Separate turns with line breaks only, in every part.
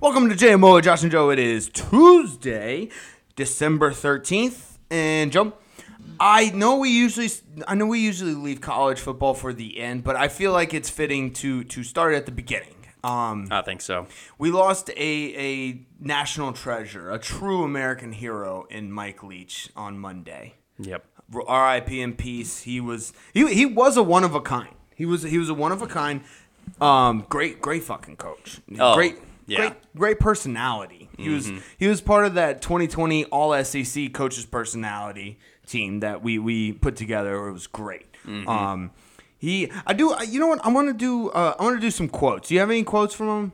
Welcome to JMO with Josh and Joe. It is Tuesday, December 13th. And Joe, I know we usually I know we usually leave college football for the end, but I feel like it's fitting to to start at the beginning. Um,
I think so.
we lost a a national treasure, a true American hero in Mike Leach on Monday.
Yep.
R.I.P. in peace. He was he he was a one of a kind. He was he was a one of a kind. Um, great great fucking coach.
Oh,
great
yeah. Mm-hmm.
great great personality. He was he was part of that 2020 All SEC coaches personality team that we we put together. It was great.
Mm-hmm.
Um, he I do you know what I want to do uh, I want to do some quotes. Do you have any quotes from him?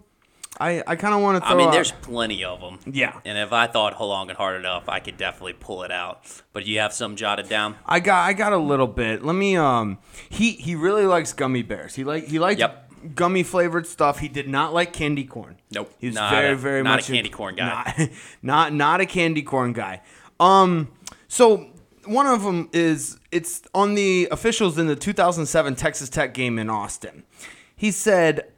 I I kind of want to.
I mean, uh, there's plenty of them.
Yeah.
And if I thought long and hard enough, I could definitely pull it out. But you have some jotted down?
I got I got a little bit. Let me um he he really likes gummy bears. He like he liked
Yep.
gummy flavored stuff. He did not like candy corn.
Nope.
He's
Not
very
a-
very
not a
much
candy corn guy.
Not, not not a candy corn guy. Um so one of them is it's on the officials in the 2007 Texas Tech game in Austin. He said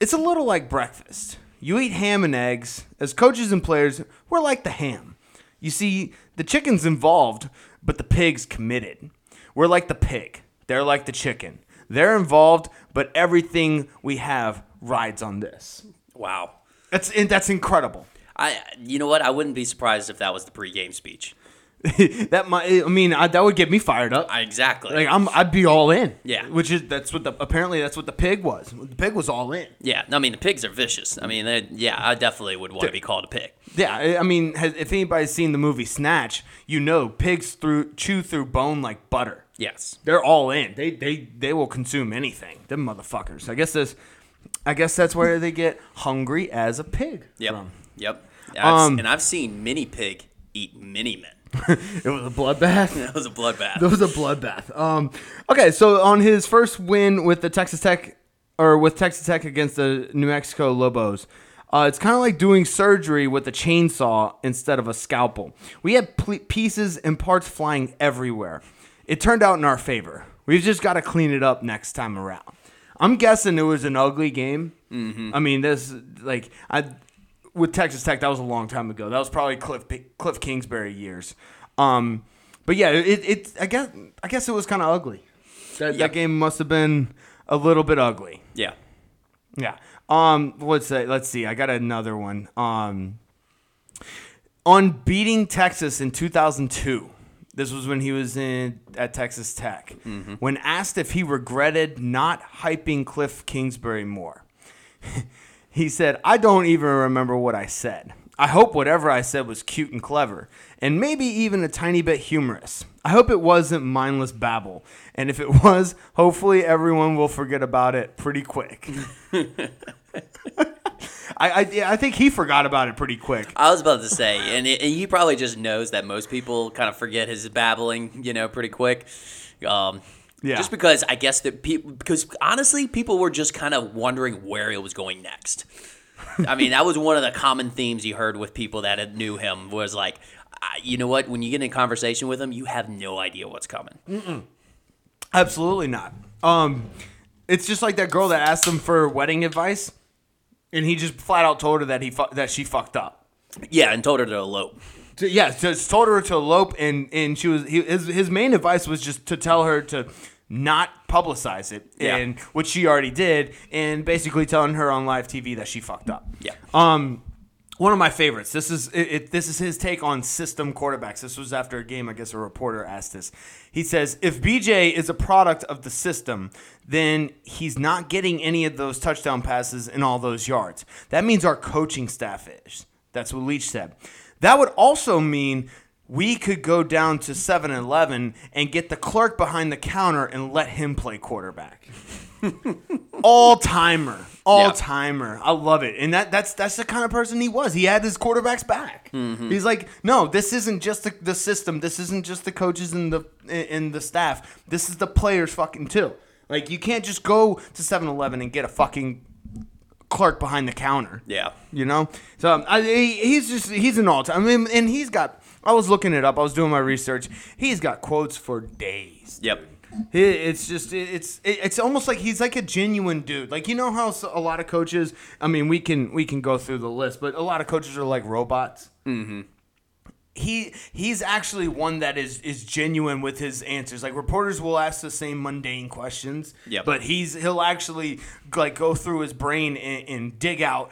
it's a little like breakfast. You eat ham and eggs. As coaches and players, we're like the ham. You see, the chicken's involved, but the pig's committed. We're like the pig. They're like the chicken. They're involved, but everything we have rides on this.
Wow.
That's and that's incredible.
I, you know what? I wouldn't be surprised if that was the pregame speech.
that might. I mean, I, that would get me fired up.
I, exactly.
like I'm, I'd be all in.
Yeah.
Which is that's what the apparently that's what the pig was. The pig was all in.
yeah. I mean, the pigs are vicious. I mean, they, yeah, I definitely would want to be called a pig.
Yeah, I- I mean, has, if anybody's seen the movie Snatch, you know pigs through chew through bone like butter.
Yes.
They're all in. They they they will consume anything. Them motherfuckers. I guess this. I guess that's where they get hungry as a pig.
Yep.
from.
Yep. I've-
Um,
and I've seen mini pig eat mini men.
It was a bloodbath.
That was a bloodbath.
It was a bloodbath. Um, okay, so on his first win with the Texas Tech or with Texas Tech against the New Mexico Lobos, uh, it's kind of like doing surgery with a chainsaw instead of a scalpel. We had pl- pieces and parts flying everywhere. It turned out in our favor. We've just got to clean it up next time around. I'm guessing it was an ugly game. Mm-hmm. I mean, this like I with Texas Tech, that was a long time ago. That was probably Cliff Cliff Kingsbury years. Um, but yeah, it, it I guess I guess it was kind of ugly. That,
Yeah.
that game must have been a little bit ugly.
yeah.
Yeah. Um. What's that? Let's see. I got another one. Um. On beating Texas in 2002. This was when he was in at Texas Tech. When asked if he regretted not hyping Cliff Kingsbury more, he said, "I don't even remember what I said. I hope whatever I said was cute and clever, and maybe even a tiny bit humorous. I hope it wasn't mindless babble, and if it was, hopefully everyone will forget about it pretty quick." I, I, yeah, I think he forgot about it pretty quick.
I was about to say, and, it, and he probably just knows that most people kind of forget his babbling, you know, pretty quick. Um,
Yeah.
Just because I guess that people, because honestly, people were just kind of wondering where it was going next. I mean, that was one of the common themes you heard with people that had knew him was like, I, you know what? When you get in conversation with him, you have no idea what's coming.
Mm-hmm. Absolutely not. Um, it's just like that girl that asked him for wedding advice, and he just flat out told her that he fu- that she fucked up.
Yeah, and told her to elope.
To- yeah, just told her to elope, and and she was he, his his main advice was just to tell her to not publicize it,
Yeah.
and which she already did, and basically telling her on live TV that she fucked up.
Yeah.
Um, one of my favorites. This is it, it, this is his take on system quarterbacks. This was after a game. I guess a reporter asked this. He says, "If BJ is a product of the system, then he's not getting any of those touchdown passes and all those yards. That means our coaching staff is." That's what Leach said. That would also mean we could go down to 7-Eleven and get the clerk behind the counter and let him play quarterback all timer, all timer. I love it, and that that's that's the kind of person he was. He had his quarterbacks back. He's like, no, this isn't just the, the system. This isn't just the coaches and the and the staff. This is the players fucking too. Like you can't just go to 7-Eleven and get a fucking clerk behind the counter.
Yeah.
You know, so um, I, he, he's just he's an all time. I mean, and he's got. I was looking it up. I was doing my research. He's got quotes for days.
Yep.
It- It's just it- it's it- it's almost like he's like a genuine dude. Like you know how s- a lot of coaches. I mean, we can we can go through the list, but a lot of coaches are like robots. Mm-hmm. He he's actually one that is is genuine with his answers. Like reporters will ask the same mundane questions,
Yep.
but he's he'll actually like go through his brain and, and dig out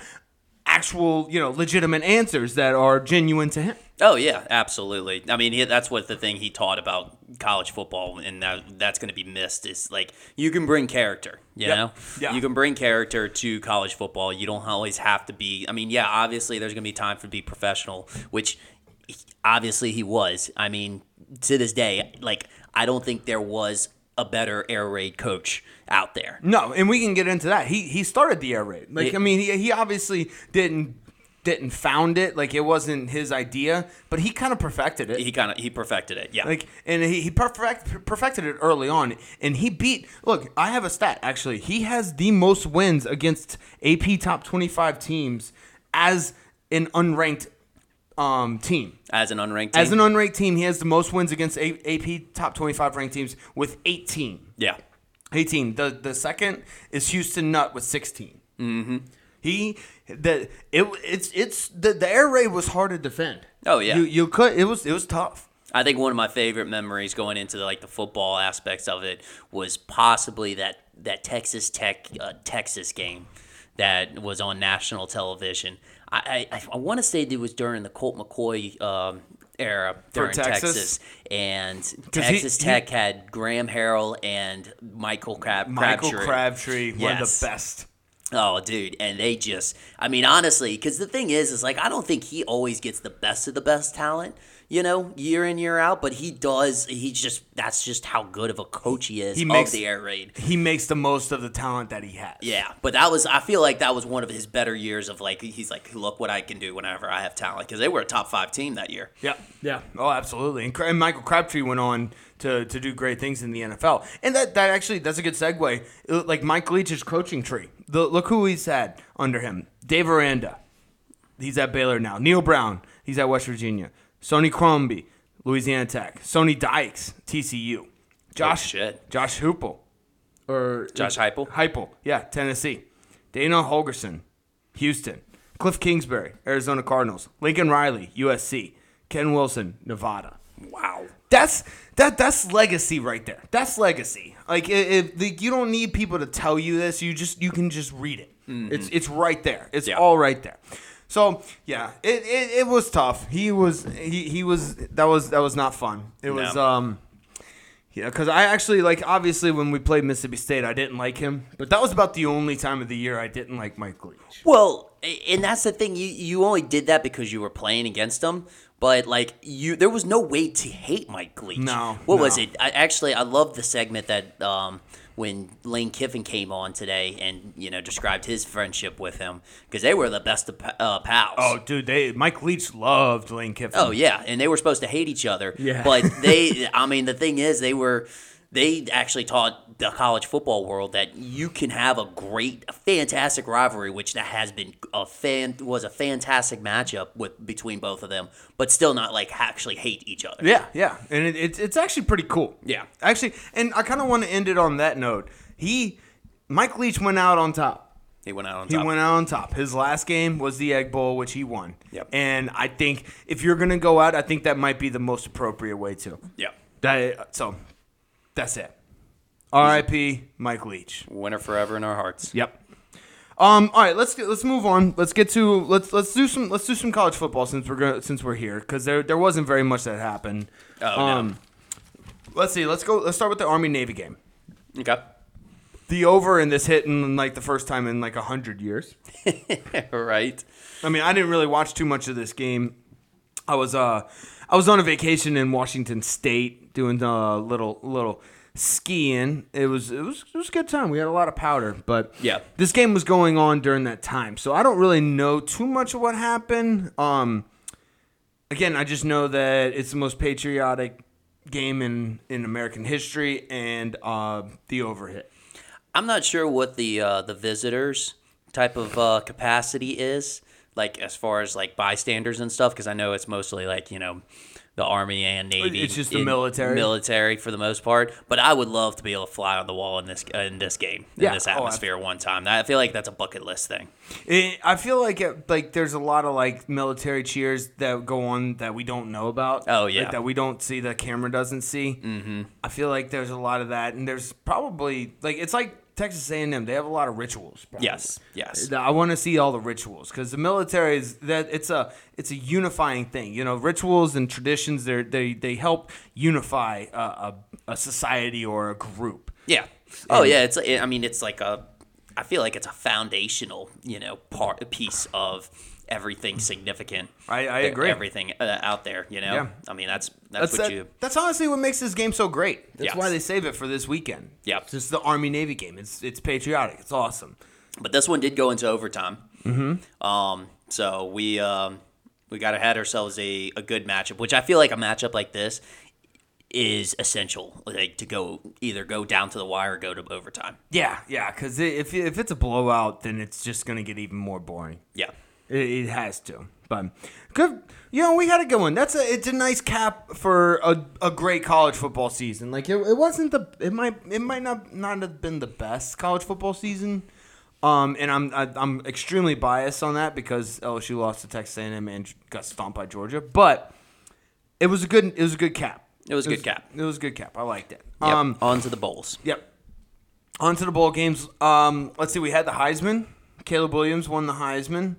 actual you know legitimate answers that are genuine to him.
Oh yeah, absolutely. I mean, he, that's what the thing he taught about college football, and that, that's going to be missed. Is like you can bring character, you know,
Yeah.
you can bring character to college football. You don't always have to be. I mean, yeah, obviously there's going to be time to be professional, which he- obviously he was. I mean, to this day, like I don't think there was a better air raid coach out there.
No, and we can get into that. He he started the air raid. Like
Yeah.
I mean, he, he obviously didn't didn't found it. Like it wasn't his idea, but he kind of perfected it.
He kind of he perfected it. Yeah,
like and he, he perfect, perfected it early on, and he beat. Look, I have a stat actually. He has the most wins against AP top twenty five teams as an unranked um, team.
as an unranked team.
As an unranked team, he has the most wins against A- AP top twenty five ranked teams with eighteen.
yeah.
18. The the second is Houston Nutt with 16. Mm-hmm. He the it it's it's the, the air raid was hard to defend.
Oh, yeah.
you you could it was it was tough.
I think one of my favorite memories going into like the football aspects of it was possibly that that Texas Tech uh, Texas game that was on national television. I I, I want to say it was during the Colt McCoy um, era during
Texas?
Texas. and
he-
Texas
he-
Tech had Graham Harrell and Michael Crab
Michael
Crabtree.
Crabtree, one of
Yes.
the best.
Oh, dude, and they just—I mean, honestly, because the thing is, is like I don't think he always gets the best of the best talent, you know, year in year out. But he does. He just that's just how good of a coach he is.
He
He
makes-
makes the air raid.
He makes the most of the talent that he has.
Yeah, but that was—I feel like that was one of his better years of like he's like, look what I can do whenever I have talent, because they were a top five team that year.
Yeah, yeah. Oh, absolutely. And, Cra- and Michael Crabtree went on to, to do great things in the NFL. And that, that actually that's a good segue. Uh, Like Mike Leach's coaching tree. The, look who he's had under him: Dave Aranda, he's at Baylor now. Neil Brown, he's at West Virginia. Sony Crombie, Louisiana Tech. Sony Dykes, TCU. Josh
shit.
Josh Hoople, or
Josh Heupel?
Heupel, yeah, Tennessee. Dana Holgerson, Houston. Cliff Kingsbury, Arizona Cardinals. Lincoln Riley, USC. Ken Wilson, Nevada.
Wow.
That's that. That's legacy right there. That's legacy. Like if, if like, you don't need people to tell you this, you just you can just read it. It's it's right there. It's
Mm-hmm. Yeah.
all right there. So yeah, it, it, it was tough. He was he, he was that was that was not fun. It was
No.
um yeah because I actually like obviously when we played Mississippi State I didn't like him, but that was about the only time of the year I didn't like Mike Leach.
Well, a- and that's the thing. You you only did that because you were playing against them. But like you, there was no way to hate Mike Leach.
No,
What was
no.
it? I, actually, I love the segment that um, when Lane Kiffin came on today and you know described his friendship with him because they were the best of, pa- uh, pals.
Oh dude, they Mike Leach loved Lane Kiffin.
Oh yeah, and they were supposed to hate each other.
Yeah.
But they, I mean, the thing is, they were, they actually taught the college football world that you can have a great, a fantastic rivalry, which that has been a fan was a fantastic matchup with between both of them, but still not like actually hate each other.
Yeah, yeah, and it, it's it's actually pretty cool.
Yeah.
actually, and I kind of want to end it on that note. He, Mike Leach went out on top.
They went out on
He
top.
went out on top. His last game was the Egg Bowl, which he won.
Yep.
And I think if you're gonna go out, I think that might be the most appropriate way to.
yeah.
That so, that's it. R.I.P. Mike Leach.
Winner forever in our hearts.
Yep. Um, all right, let's get, let's move on. Let's get to let's let's do some let's do some college football since we're gonna, since we're here because there there wasn't very much that happened.
Oh, no.
um, let's see. Let's go. Let's start with the Army Navy game.
Okay.
The over in this hit in like the first time in like a hundred years.
right.
I mean, I didn't really watch too much of this game. I was uh, I was on a vacation in Washington State doing a uh, little little skiing. It was it was it was a good time. We had a lot of powder, but
Yeah.
this game was going on during that time, so I don't really know too much of what happened. Um, again, I just know that it's the most patriotic game in in American history, and uh, the overhit.
I'm not sure what the uh, the visitors type of uh, capacity is. like as far as like bystanders and stuff because I know it's mostly like you know the army and navy.
It's just the
in-
military.
military for the most part. But I would love to be able to fly on the wall in this in this game in
Yeah.
this
Oh, ab-
atmosphere one time. I feel like that's a bucket list thing.
It, I feel like it, like there's a lot of like military cheers that go on that we don't know about.
Oh,
like,
yeah.
that we don't see, the camera doesn't see. Mm-hmm. I feel like there's a lot of that, and there's probably like it's like Texas A&M. They have a lot of rituals. probably.
Yes, yes.
I want to see all the rituals because the military is that it's a it's a unifying thing. You know, rituals and traditions they they they help unify a, a, a society or a group.
Yeah. Oh yeah, it's I mean it's like a I feel like it's a foundational, you know, part piece of everything significant.
I- I
E-
agree.
Everything uh, out there, you know.
Yeah.
I mean that's that's,
That's
what
that-
you
that's honestly what makes this game so great. That's
Yes.
why they save it for this weekend.
Yeah.
it's just the Army Navy game. It's it's patriotic. It's awesome.
But this one did go into overtime. Mm-hmm. Um, so we um, we got to had ourselves a, a good matchup, which I feel like a matchup like this is essential, like to go either go down to the wire or go to overtime.
Yeah, yeah. Because if if it's a blowout, then it's just gonna get even more boring.
Yeah.
It, it has to. But good, you know, we had a good one. That's a it's a nice cap for a, a great college football season. Like it, it wasn't the it might it might not not have been the best college football season. Um, and I'm I, I'm extremely biased on that because LSU lost to Texas A&M and got stomped by Georgia. But it was a good it was a good cap.
It was a good cap.
It was a good cap. I liked it.
Yep.
Um,
on to the bowls.
Yep. On to the bowl games. Um, let's see. We had the Heisman. Caleb Williams won the Heisman.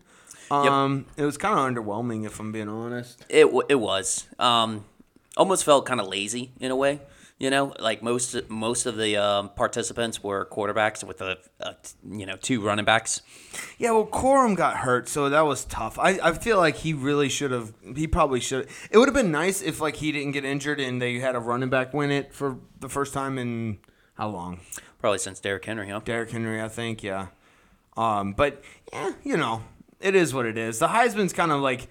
Um, It was kind of underwhelming, if I'm being honest.
It w- it was um, almost felt kind of lazy in a way. You know, like most most of the um, participants were quarterbacks with a, a you know two running backs.
Yeah, well, Corum got hurt, so that was tough. I, I feel like he really should have. He probably should. It would have been nice if like he didn't get injured and they had a running back win it for the first time in how long?
Probably since Derrick Henry, huh?
Derrick Henry, I think, yeah. Um, but yeah, you know, it is what it is. The Heisman's kind of like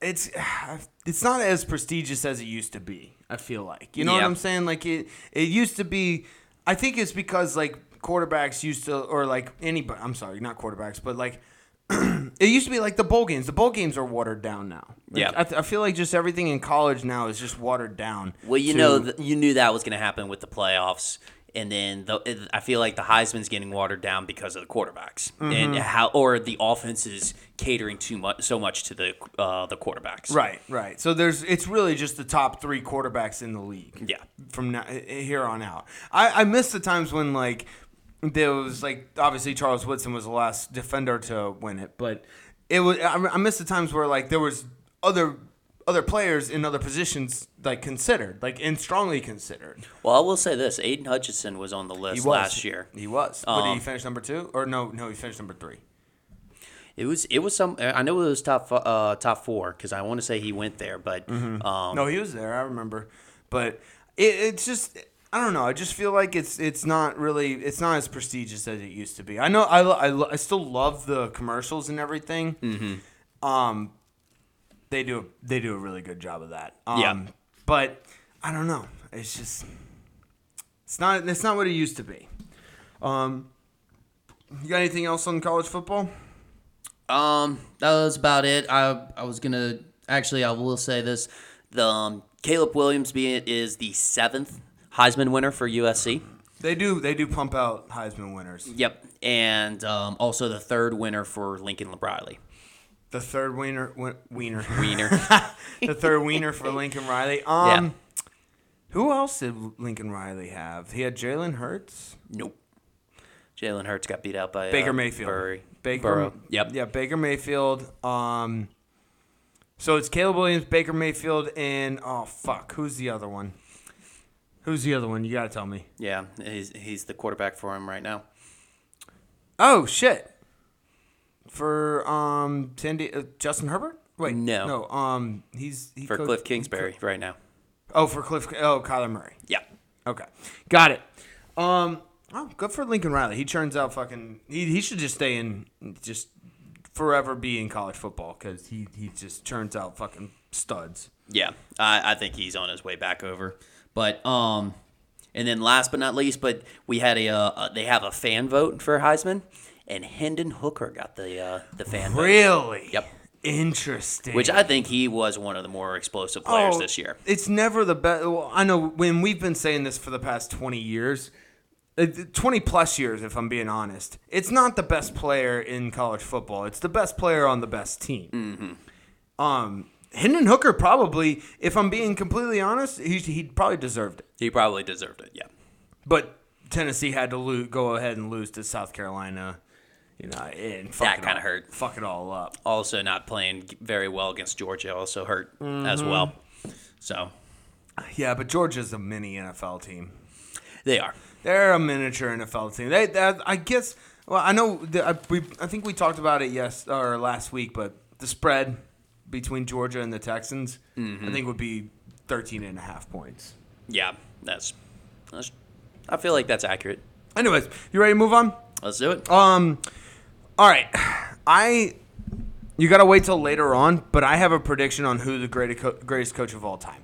it's it's not as prestigious as it used to be. I feel like you know what
Yeah.
I'm saying. Like it it used to be. I think it's because like quarterbacks used to, or like anybody. I'm sorry, not quarterbacks, but like. it used to be like the bowl games. The bowl games are watered down now. Like,
Yeah.
I, th- I feel like just everything in college now is just watered down.
Well, you
to-
know, th- you knew that was going to happen with the playoffs, and then the, it- I feel like the Heisman's getting watered down because of the quarterbacks
Mm-hmm.
and how, or the offenses catering too much, so much to the uh, the quarterbacks.
Right, right. So there's it's really just the top three quarterbacks in the league.
Yeah.
From now, eh, here on out, I, I miss the times when like there was like obviously Charles Woodson was the last defender to win it, but it was I, I miss the times where like there was other other players in other positions like considered like and strongly considered.
Well, I will say this: Aiden Hutchinson was on the list last year.
he was. But did he
Um,
finish number two or no? No, he finished number three.
It was it was some. I know it was top f- uh, top four because I want to say he went there, but
Mm-hmm.
um,
No, he was there. I remember, but it, it's just I don't know. I just feel like it's it's not really it's not as prestigious as it used to be. I know I lo- I, lo- I still love the commercials and everything. Mm-hmm. Um, they do they do a really good job of that. Um,
Yeah.
but I don't know. It's just it's not it's not what it used to be. Um, you got anything else on college football?
um
That was about it. I I was gonna actually I will say this.
the um, Caleb Williams being is the seventh Heisman winner for USC.
They do they do pump out Heisman winners.
Yep, and um, also the third winner for Lincoln Riley.
The third wiener win- wiener
Wiener.
the third wiener for Lincoln Riley. Um, who else did Lincoln Riley have? He had Jalen Hurts,
nope. Jalen Hurts got beat out by
Baker
uh,
Mayfield,
Burry-
Baker,
Burrow. Yep.
yeah, Baker Mayfield. Um, so it's Caleb Williams, Baker Mayfield, and oh fuck, who's the other one? Who's the other one? You gotta tell me.
Yeah. He's he's the quarterback for him right now.
Oh shit, for um, Sandy, uh, Justin Herbert. Wait,
No.
no. Um, he's he
For
coached-
Cliff Kingsbury right now.
Oh, for Cliff. Oh, Kyler Murray.
Yeah.
Okay, got it. Um, oh, good for Lincoln Riley. He turns out fucking. He, he should just stay in, just forever be in college football because he he just turns out fucking studs.
Yeah. I, I think he's on his way back over. But um and then last but not least, but we had a uh, uh, they have a fan vote for Heisman and Hendon Hooker got the uh, the fan vote,
Really?
Yep.
Interesting.
which I think he was one of the more explosive players
Oh,
this year.
It's never the best. Well, I know when we've been saying this for the past 20 years, uh, 20 plus years, if I'm being honest, it's not the best player in college football. It's the best player on the best team.
Mm-hmm.
Um, Hendon Hooker probably, if I'm being completely honest, he, he probably deserved it.
He probably deserved it. Yeah.
But Tennessee had to lo- go ahead and lose to South Carolina. You know, and fuck
That
it
kinda
all-
hurt.
Fuck it all up.
Also, not playing very well against Georgia also hurt as
Mm-hmm.
well. So
Yeah, but Georgia's a mini NFL team.
they are.
They're a miniature NFL team. They, that I guess. Well, I know. The, I, we, I think we talked about it yes or last week, but the spread between Georgia and the Texans,
Mm-hmm.
I think, would be 13 and a half points.
Yeah, that's. that's I feel like that's accurate.
Anyways, you ready to move on?
Let's do it.
Um, all right. I you gotta wait till later on, but I have a prediction on who the greatest co- greatest coach of all time.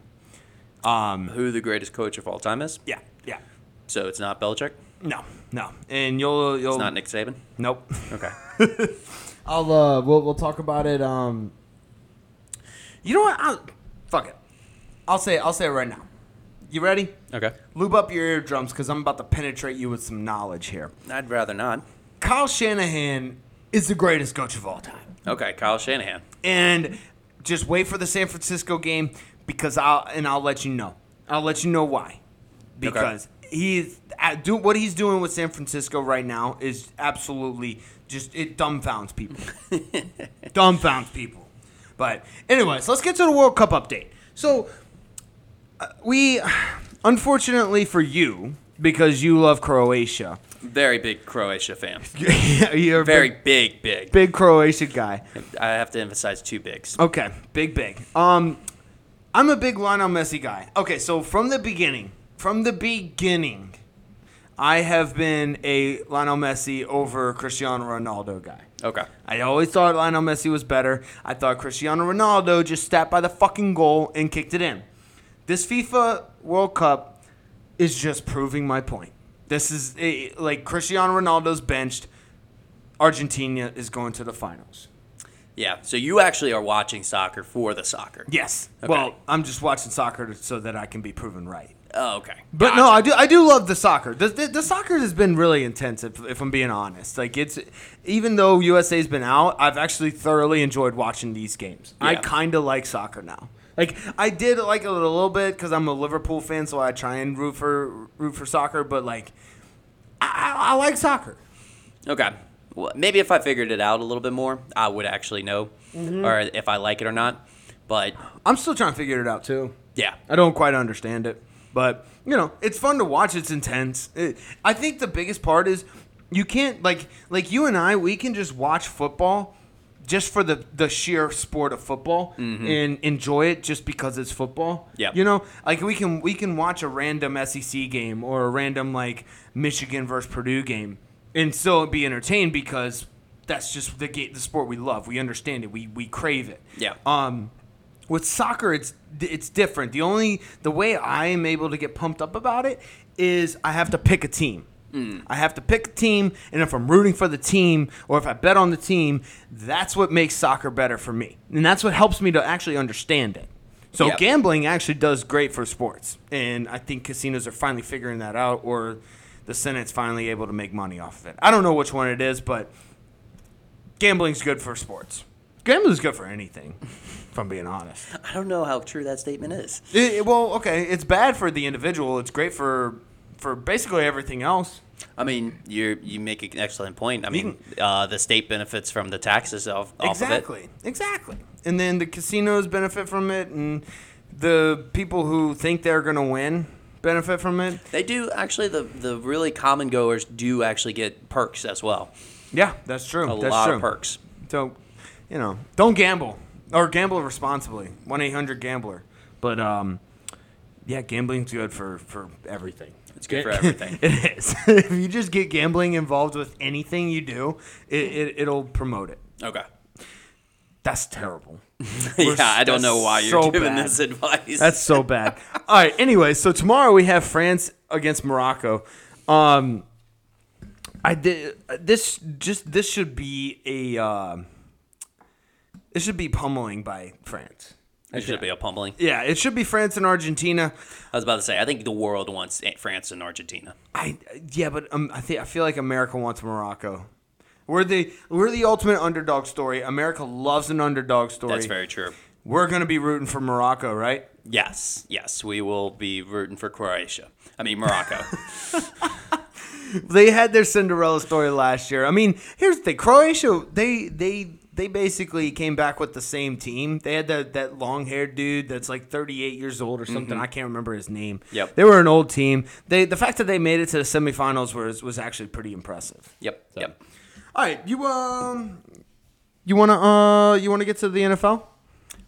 Um,
Who the greatest coach of all time is?
yeah, yeah.
So it's not Belichick.
No, no, and you'll you'll
It's not Nick Saban.
nope.
Okay.
I'll uh, we'll we'll talk about it. Um, you know what? I'll, fuck it. I'll say I'll say it right now. You ready?
Okay.
Lube up your eardrums because I'm about to penetrate you with some knowledge here.
I'd rather not.
Kyle Shanahan is the greatest coach of all time,
Okay, Kyle Shanahan.
and just wait for the San Francisco game because I'll and I'll let you know. I'll let you know why because he's at, do what he's doing with San Francisco right now is absolutely just it dumbfounds people. dumbfounds people. But anyways, let's get to the World Cup update. So uh, we unfortunately for you because you love Croatia.
Very big Croatia fan.
You're a
Very
big,
big, big.
big Croatia guy.
I have to emphasize two bigs.
Okay, big, big. Um, I'm a big Lionel Messi guy. Okay, so from the beginning, from the beginning, I have been a Lionel Messi over Cristiano Ronaldo guy.
Okay.
I always thought Lionel Messi was better. I thought Cristiano Ronaldo just stepped by the fucking goal and kicked it in. This FIFA World Cup is just proving my point. This is eh, like Cristiano Ronaldo's benched. Argentina is going to the finals.
Yeah. So you actually are watching soccer for the soccer.
Yes.
Okay.
Well, I'm just watching soccer to- so that I can be proven right.
Oh, okay.
But no, I do. I do love the soccer. The, the, the soccer has been really intense. If, if I'm being honest, like it's even though USA's been out, I've actually thoroughly enjoyed watching these games. I
Yeah.
kind of like soccer now. Like I did like it a little bit because I'm a Liverpool fan, so I try and root for root for soccer. But like, I, I, I like soccer.
Okay. Well, maybe if I figured it out a little bit more, I would actually know, or if I like it or not. But
I'm still trying to figure it out too.
yeah,
I don't quite understand it, but you know, it's fun to watch. It's intense. It, I think the biggest part is you can't like like you and I. We can just watch football just for the the sheer sport of football and enjoy it just because it's football.
Yeah.
you know, like we can we can watch a random SEC game or a random like Michigan versus Purdue game and still be entertained because. That's just the ga- the sport we love. We understand it. We we crave it.
Yeah.
Um, with soccer, it's it's different. The only the way I am able to get pumped up about it is I have to pick a team. I have to pick a team, and if I'm rooting for the team or if I bet on the team, that's what makes soccer better for me, and that's what helps me to actually understand it. So
Yep.
gambling actually does great for sports, and I think casinos are finally figuring that out, or the Senate's finally able to make money off of it. I don't know which one it is, but gambling's good for sports. Gambling's good for anything, if I'm being honest.
I don't know how true that statement is.
It, it- well, okay, it's bad for the individual. It's great for for basically everything else.
I mean, you you make an excellent point. I mean, uh, the state benefits from the taxes off, off of it.
exactly, exactly. And then the casinos benefit from it, and the people who think they're gonna win benefit from it.
They do actually. The the really common goers do actually get perks as well.
Yeah, that's true.
A
that's
lot
true.
of perks.
So, you know, don't gamble or gamble responsibly. One eight hundred gambler. But um, yeah, gambling's good for for everything.
It's good for everything.
It is. if you just get gambling involved with anything you do, it, it it'll promote it.
okay.
That's terrible.
yeah, I don't
that's
know why you're
so
giving
bad.
this advice.
That's so bad. All right. Anyway, so tomorrow we have France against Morocco. Um, I did this. Just this should be a. Uh, this should be pummeling by France.
It should be a pummeling.
Yeah, it should be France and Argentina.
I was about to say, I think the world wants France and Argentina.
I yeah, but um, I think I feel like America wants Morocco. We're the we're the ultimate underdog story. America loves an underdog story.
That's very true.
We're gonna be rooting for Morocco, right?
Yes, yes, we will be rooting for Croatia. I mean Morocco.
They had their Cinderella story last year. I mean, here's the thing: Croatia, they they they basically came back with the same team. They had that that long haired dude that's like 38 years old or something. I can't remember his name.
Yep.
They were an old team. They the fact that they made it to the semifinals was was actually pretty impressive.
yep, yep.
All right, you um, you wanna uh, you wanna get to the NFL?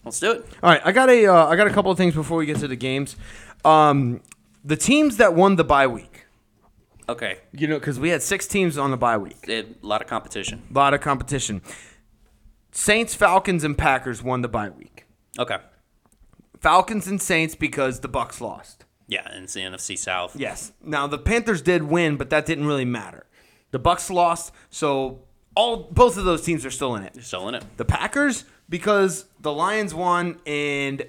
Let's do it.
All right, I got a uh, I got a couple of things before we get to the games. Um, the teams that won the bye week,
Okay,
you know, because we had six teams on the bye week,
a lot of competition.
a lot of competition. Saints, Falcons, and Packers won the bye week.
Okay,
Falcons and Saints because the Bucks lost.
yeah, and it's the NFC South.
Yes. Now the Panthers did win, but that didn't really matter. The Bucks lost, so all both of those teams are still in it.
still in it.
the Packers because the Lions won, and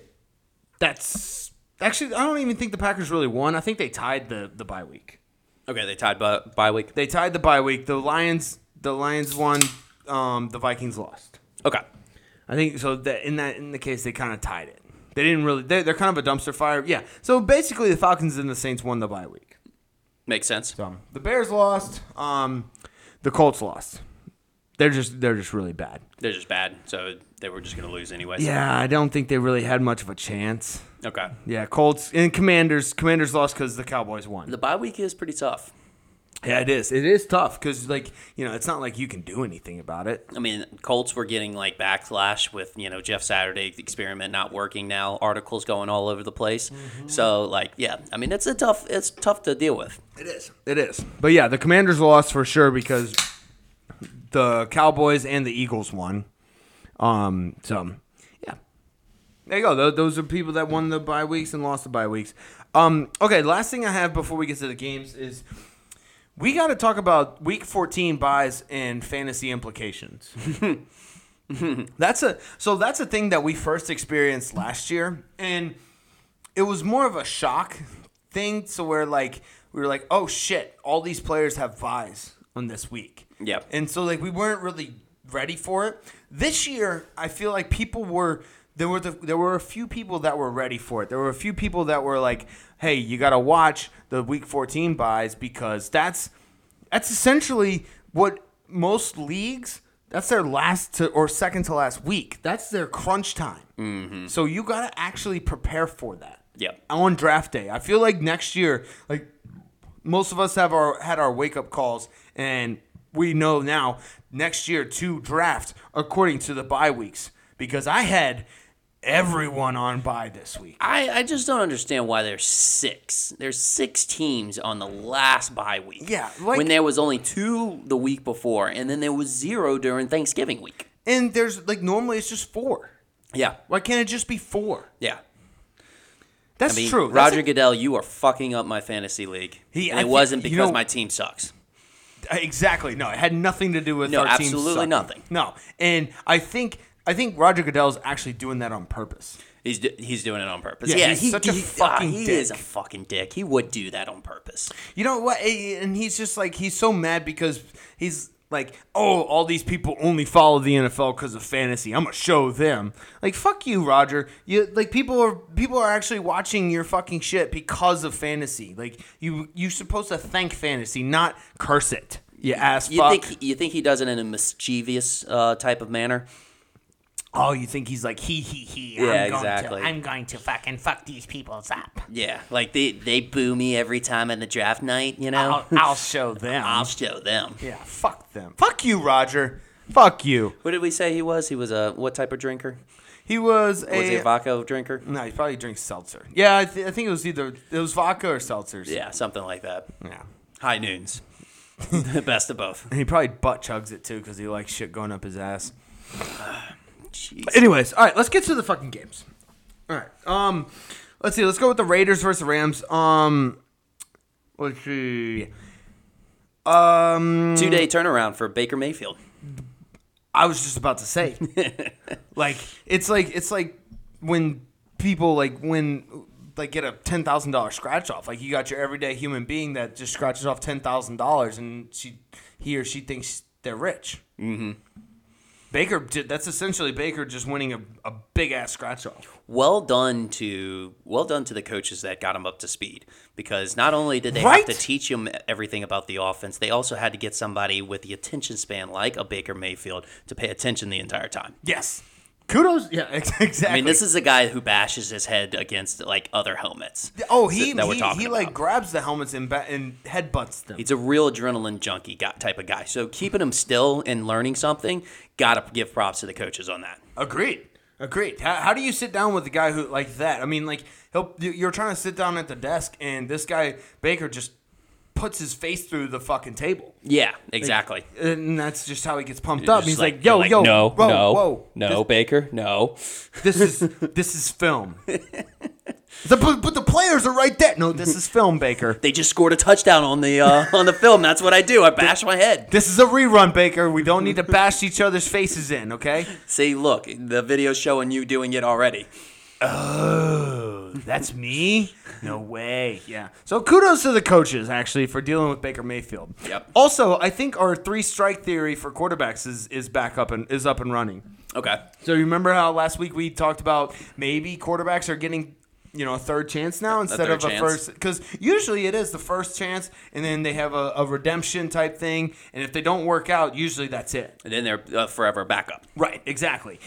that's actually I don't even think the Packers really won. I think they tied the the bye week.
Okay, they tied by bye week.
They tied the bye week. The Lions the Lions won. Um, the Vikings lost.
Okay,
I think so. That in that in the case they kind of tied it. They didn't really. They, they're kind of a dumpster fire. Yeah. So basically, the Falcons and the Saints won the bye week.
makes sense.
Um, the Bears lost. Um, the Colts lost. They're just they're just really bad.
They're just bad, so they were just gonna lose anyways.
Yeah, I don't think they really had much of a chance.
Okay.
Yeah, Colts and Commanders. Commanders lost because the Cowboys won.
The bye week is pretty tough.
Yeah, it is. It is tough because, like, you know, it's not like you can do anything about it.
I mean, Colts were getting like backlash with you know Jeff Saturday experiment not working now, articles going all over the place.
Mm-hmm.
So like, yeah, I mean, it's a tough, it's tough to deal with.
It is. It is. But yeah, the Commanders lost for sure because the Cowboys and the Eagles won. Um. So yeah, there you go. Tho- Those are people that won the bye weeks and lost the bye weeks. Um. Okay. Last thing I have before we get to the games is. We got to talk about week 14 buys and fantasy implications. That's a so that's a thing that we first experienced last year, and it was more of a shock thing. So where like we were like, oh shit, all these players have buys on this week.
Yep.
And so like we weren't really ready for it. This year, I feel like people were there were the, there were a few people that were ready for it. There were a few people that were like, hey, you got to watch the week 14 buys because that's that's essentially what most leagues that's their last to or second to last week that's their crunch time so you got to actually prepare for that
Yep.
on draft day i feel like next year like most of us have our had our wake up calls and we know now next year to draft according to the bye weeks because i had everyone on bye this week
I, I just don't understand why there's six. There's six teams on the last bye week.
Yeah, like-
when there was only two the week before, and then there was zero during Thanksgiving week.
and there's like normally it's just four
Yeah,
why can't it just be four
yeah.
that's
I mean,
true That's
Roger
a-
Goodell, you are fucking up my fantasy league.
He-
and
I
it
thi-
wasn't
you
because
know-
my team sucks.
Uh, Exactly. No, it had nothing to do with
No,
our team
absolutely
sucking.
nothing.
No, and I think I think Roger Goodell's actually doing that on purpose.
He's do- he's doing it on purpose.
Yeah,
Yeah,
he's
he,
such a
he- ah,
fucking
he
dick.
is a fucking dick. He would do that on purpose.
You know what? Eh, And he's just like he's so mad because he's like, oh, all these people only follow the NFL because of fantasy. I'm gonna show them. Like, fuck you, Roger. You like people are people are actually watching your fucking shit because of fantasy. Like you you're supposed to thank fantasy, not curse it. You ass
You
fuck.
think you think he does it in a mischievous uh, type of manner?
oh, you think he's like he he he.
Yeah,
I'm going
exactly.
To, I'm going to fucking fuck these people's up.
Yeah, like they they boo me every time in the draft night. You know,
I'll, I'll show them.
I'll show them.
yeah, fuck them. Fuck you, Roger. Fuck you.
What did we say he was? He was a what type of drinker?
He was
Was he
a.
a vodka drinker?
no, he probably drinks seltzer. Yeah, I, th- I think it was either it was vodka or seltzers.
Yeah, something like that.
yeah.
High noons, the best of both.
And he probably butt chugs it too because he likes shit going up his ass.
Jeez.
Anyways, all right, let's get to the fucking games. All right, um, let's see. Let's go with the Raiders versus Rams. Um, let's see. Um,
Two day turnaround for Baker Mayfield.
I was just about to say, like it's like it's like when people like when like get a ten thousand dollar scratch off. Like you got your everyday human being that just scratches off ten thousand dollars, and she he or she thinks they're rich. Mm-hmm. Baker, did- that's essentially Baker just winning a, a big ass scratch off.
Well done to well done to the coaches that got him up to speed because not only did they
Right?
have to teach him everything about the offense, they also had to get somebody with the attention span like a Baker Mayfield to pay attention the entire time.
Yes, kudos. Yeah, ex- exactly.
I mean, this is a guy who bashes his head against like other helmets.
oh he
that we're
he,
talking
he like
about.
grabs the helmets and ba- and headbutts them.
He's a real adrenaline junkie guy, type of guy. So keeping him still and learning something, gotta give props to the coaches on that.
Agreed. Agreed. How, how do you sit down with a guy who like that? I mean, like he'll, you- you're trying to sit down at the desk, and this guy Baker just puts his face through the fucking table,
Yeah, exactly.
and that's just how he gets pumped up.
Just
He's like, "Yo,
like,
yo,
no,
whoa,
no,
whoa,
no, Baker, no.
this is this is film." the, but, but the players are right there. No, this is film, Baker.
They just scored a touchdown on the uh, on the film. That's what I do. I bash my head.
This is a rerun, Baker. We don't need to bash each other's faces in, okay?
See, look, the video's showing you doing it already.
Oh, that's me? No way. Yeah. So kudos to the coaches actually for dealing with Baker Mayfield.
Yep.
Also, I think our three strike theory for quarterbacks is, is back up and is up and running.
Okay.
So you remember how last week we talked about maybe quarterbacks are getting you know a third chance now instead
third
of a
chance.
first because usually it is the first chance and then they have a, a redemption type thing and if they don't work out usually that's it
And then they're uh, forever backup.
Right, exactly.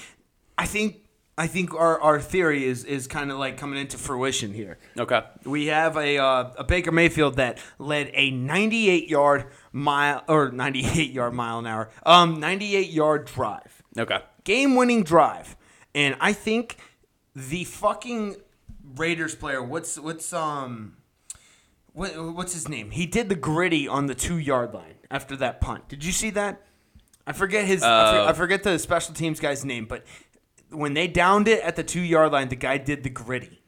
I think I think our, our theory is is kind of like coming into fruition here.
Okay.
We have a uh, a Baker Mayfield that led a 98 yard mile or 98 yard mile an hour, um, 98 yard drive,
Okay.
game winning drive, and I think the fucking Raiders player, what's what's um. What, what's his name? He did the gritty on the two yard line after that punt. Did you see that? I forget his. I, for, I forget the special teams guy's name, but when they downed it at the two yard line, the guy did the gritty.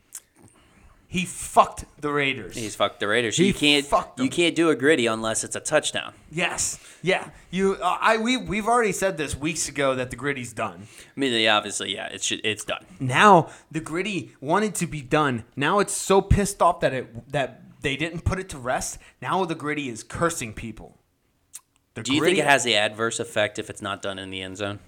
He fucked the Raiders.
He's fucked the Raiders.
He
you can't
fucked 'em.
you can't do a gritty unless it's a touchdown.
yes, yeah. You, uh, I, we, we've already said this weeks ago that the gritty's done.
I mean, they obviously, yeah, it's it's done.
Now the gritty wanted to be done. Now it's so pissed off that it that they didn't put it to rest. Now the gritty is cursing people. The
Do you
gritty-
think it has the adverse effect if it's not done in the end zone?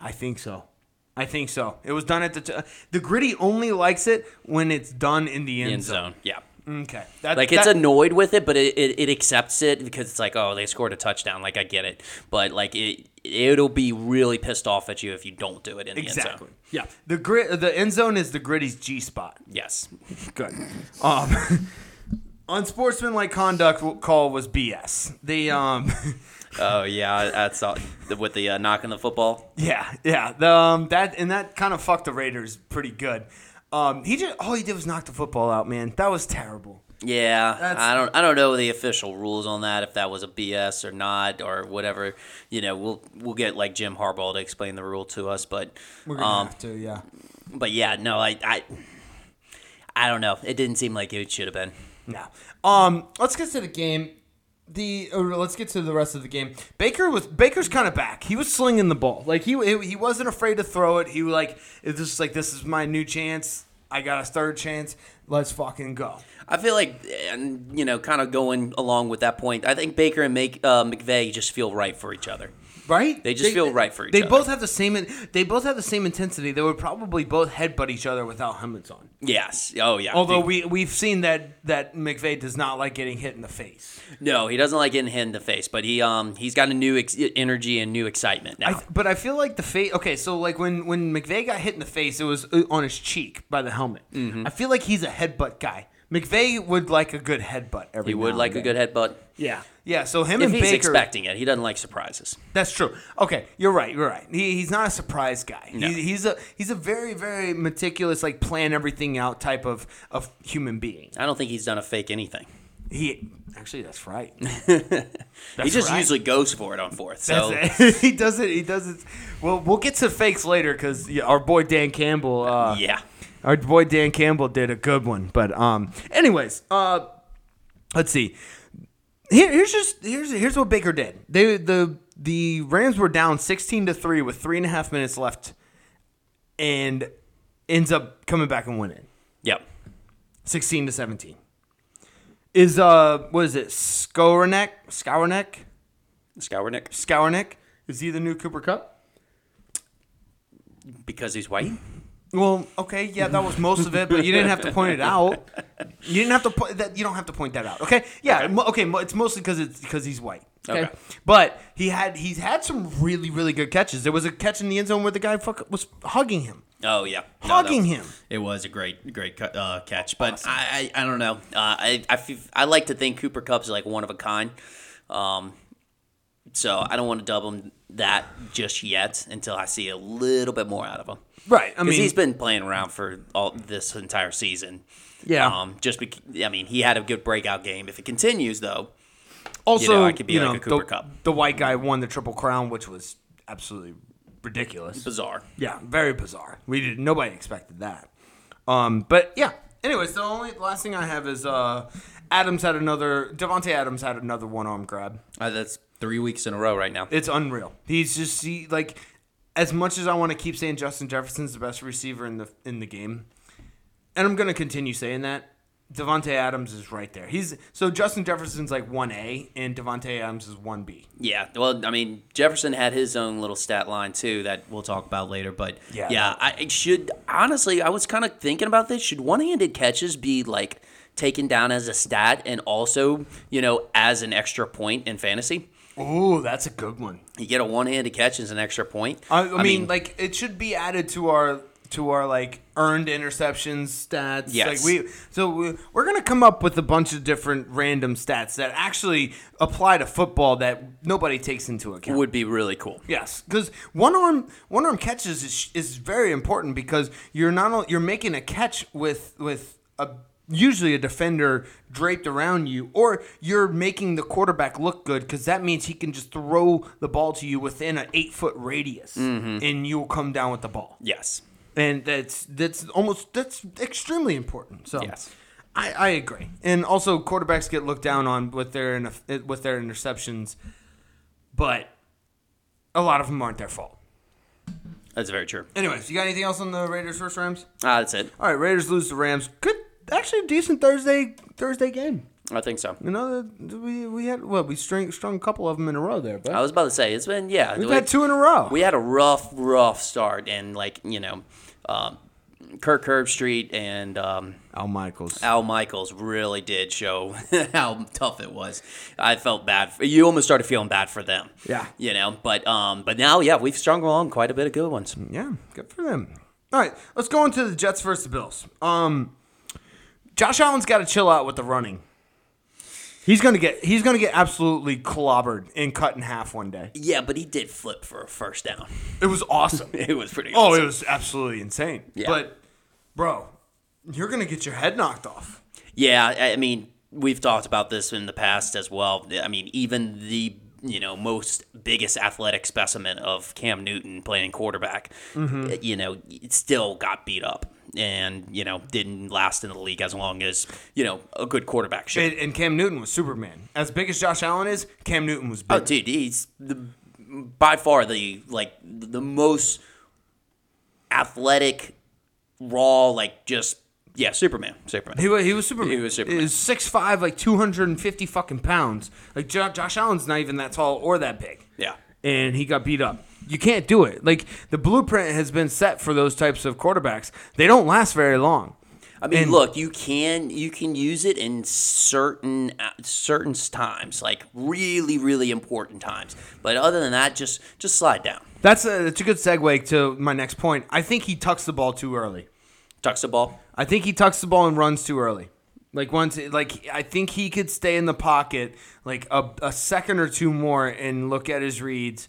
I think so. I think so. It was done at the t- the gritty only likes it when it's done in the end,
End
zone.
zone, yeah.
Okay, that,
Like it's
that-
annoyed with it, but it, it, it accepts it because it's like, oh, they scored a touchdown. Like I get it, but like it it'll be really pissed off at you if you don't do it in the end
exactly.
zone.
Yeah, the grit the end zone is the gritty's G spot.
Yes,
Good. Um, unsportsmanlike conduct w- call was BS. The um.
Oh yeah, that's all, with the uh, knocking the football.
Yeah, yeah. The, um, that and that kind of fucked the Raiders pretty good. Um, he just all he did was knock the football out, man. That was terrible.
Yeah,
That's-
I don't I don't know the official rules on that if that was a BS or not or whatever. You know, we'll we'll get like Jim Harbaugh to explain the rule to us, but um,
to, yeah.
but yeah, no, I I I don't know. It didn't seem like it should have been.
No. Um, let's get to the game. The or let's get to the rest of the game. Baker was Baker's kind of back. He was slinging the ball. Like he he he wasn't afraid to throw it. He was like it's just like this is my new chance. I got a third chance. Let's fucking go.
I feel like, and you know, kind of going along with that point, I think Baker and Make, uh, McVeigh just feel right for each other.
Right?
They just feel right for each
they
other.
both have the same in- they both have the same intensity. They would probably both headbutt each other without helmets on.
Yes. Oh yeah.
Although we we've seen that that McVay does not like getting hit in the face.
no, he doesn't like getting hit in the face, but he um he's got a new ex- energy and new excitement now.
I, but I feel like the face. Okay, so like when when McVay got hit in the face, it was uh, on his cheek by the helmet. I feel like he's a headbutt guy. McVay would like a good headbutt. Every
He would
now
like
and
a good
then.
headbutt.
Yeah, yeah. So him
If
and
he's
Baker.
expecting it, he doesn't like surprises.
that's true. Okay, you're right. You're right. He, he's not a surprise guy.
No.
He, he's a he's a very very meticulous, like plan everything out type of of human being.
I don't think he's done a fake anything.
He actually, that's right.
he just
right.
usually goes for it on fourth. So
That's it. he does it. He does it. Well, we'll get to fakes later because yeah, our boy Dan Campbell. Uh,
yeah,
Our boy Dan Campbell did a good one. But um, anyways, uh, let's see. Here, here's just here's here's what Baker did. They the the Rams were down sixteen to three with three and a half minutes left, and ends up coming back and winning
Yep.
sixteen to seventeen. Is uh what is it Skoranek Skoranek
Scournick
Skoranek is he the new Cooper Cup?
because he's white.
Well, okay, yeah, that was most of it, but you didn't have to point it out. You didn't have to point that. You don't have to point that out. Okay, yeah, mo- okay. mo it's mostly because it's because he's white. Okay?
Okay.
but he had he's had some really really good catches. There was a catch in the end zone where the guy fuck, was hugging him,
Oh yeah, No, that
hugging
was-
him.
It was a great, great cu- uh, catch, but I, I, I don't know. Uh, I, I, f- I like to think Cooper Cup's like one of a kind, um, so I don't want to dub him that just yet until I see a little bit more out of him.
Right, I
Because
mean,
he's been playing around for all this entire season.
Yeah.
Um, just bec I mean, he had a good breakout game. If it continues, though,
also
you know, it could be
you
like
know,
a Cooper
the,
Kupp.
the white guy won the triple crown, which was absolutely ridiculous.
bizarre.
Yeah, very bizarre. We did nobody expected that. Um, but yeah. Anyways, the only last thing I have is uh, Adams had another Devonte Adams had another one arm grab.
Uh, that's
Three weeks in a row right now.
It's unreal. He's just he, like as much as I want to keep saying Justin Jefferson's the best receiver in the in the game, and I'm gonna continue saying that. Devonte Adams is right there. He's so Justin Jefferson's like one A and Devonte Adams is one B.
Yeah, well, I mean, Jefferson had his own little stat line too that we'll talk about later. But
Yeah.
yeah, I it should honestly, I was kind of thinking about this. Should one-handed catches be like taken down as a stat and also, you know, as an extra point in fantasy?
Ooh, that's a good one.
You get a one-handed catch as an extra point.
I, I, mean, like it should be added to our to our like earned interceptions stats.
Yes.
Like we so we, we're gonna come up with a bunch of different random stats that actually apply to football that nobody takes into account.
would be really cool.
Yes, because one arm one arm catches is, is very important because you're not only, you're making a catch with with a usually a defender draped around you, or you're making the quarterback look good because that means he can just throw the ball to you within an eight foot radius, and you'll come down with the ball.
Yes.
And that's that's almost that's extremely important. So
Yes.
I, I agree. And also quarterbacks get looked down on with their inter- with their interceptions, but a lot of them aren't their fault.
That's very true.
Anyways, you got anything else on the Raiders versus Rams?
Ah, that's it.
All right, Raiders lose to Rams. Good, actually decent Thursday Thursday game.
I think so.
You know, the- we we had well we string strung a couple of them in a row there,
I
but
was about to say it's been yeah.
we've
we-
had two in a row.
we had a rough, rough start, and like you know, um, Kirk Herbstreit and. Um,
Al Michaels.
Al Michaels really did show how tough it was. I felt bad. For, you almost started feeling bad for them.
Yeah.
You know, but um, but now yeah, we've strung along quite a bit of good ones.
Yeah, good for them. All right, let's go into the Jets versus the Bills. Um, Josh Allen's got to chill out with the running. He's gonna get he's gonna get absolutely clobbered and cut in half one day.
Yeah, but he did flip for a first down.
It was awesome.
It was pretty.
oh,
awesome.
it was absolutely insane.
Yeah.
But, bro, you're gonna get your head knocked off.
Yeah, I I mean, we've talked about this in the past as well. I mean, even the you know most biggest athletic specimen of Cam Newton playing quarterback, uh, you know, it still got beat up and you know didn't last in the league as long as you know a good quarterback should.
And, and Cam Newton was Superman. As big as Josh Allen is, Cam Newton was
oh,
big.
dude, he's the, by far the like the most athletic, raw, like just yeah, Superman, Superman.
He was, he was Superman.
He was Superman.
He was 6'5", like 250 fucking pounds. Like, Jo- Josh Allen's not even that tall or that big.
Yeah.
And he got beat up. You can't do it. Like, the blueprint has been set for those types of quarterbacks. They don't last very long.
I mean,
And-
look, you can you can use it in certain uh, certain times, like really really important times. But other than that, just just slide down,
That's a, that's a good segue to my next point. I think he tucks the ball too early.
tucks the ball.
I think he tucks the ball and runs too early. Like once, like I think he could stay in the pocket like a, a second or two more and look at his reads.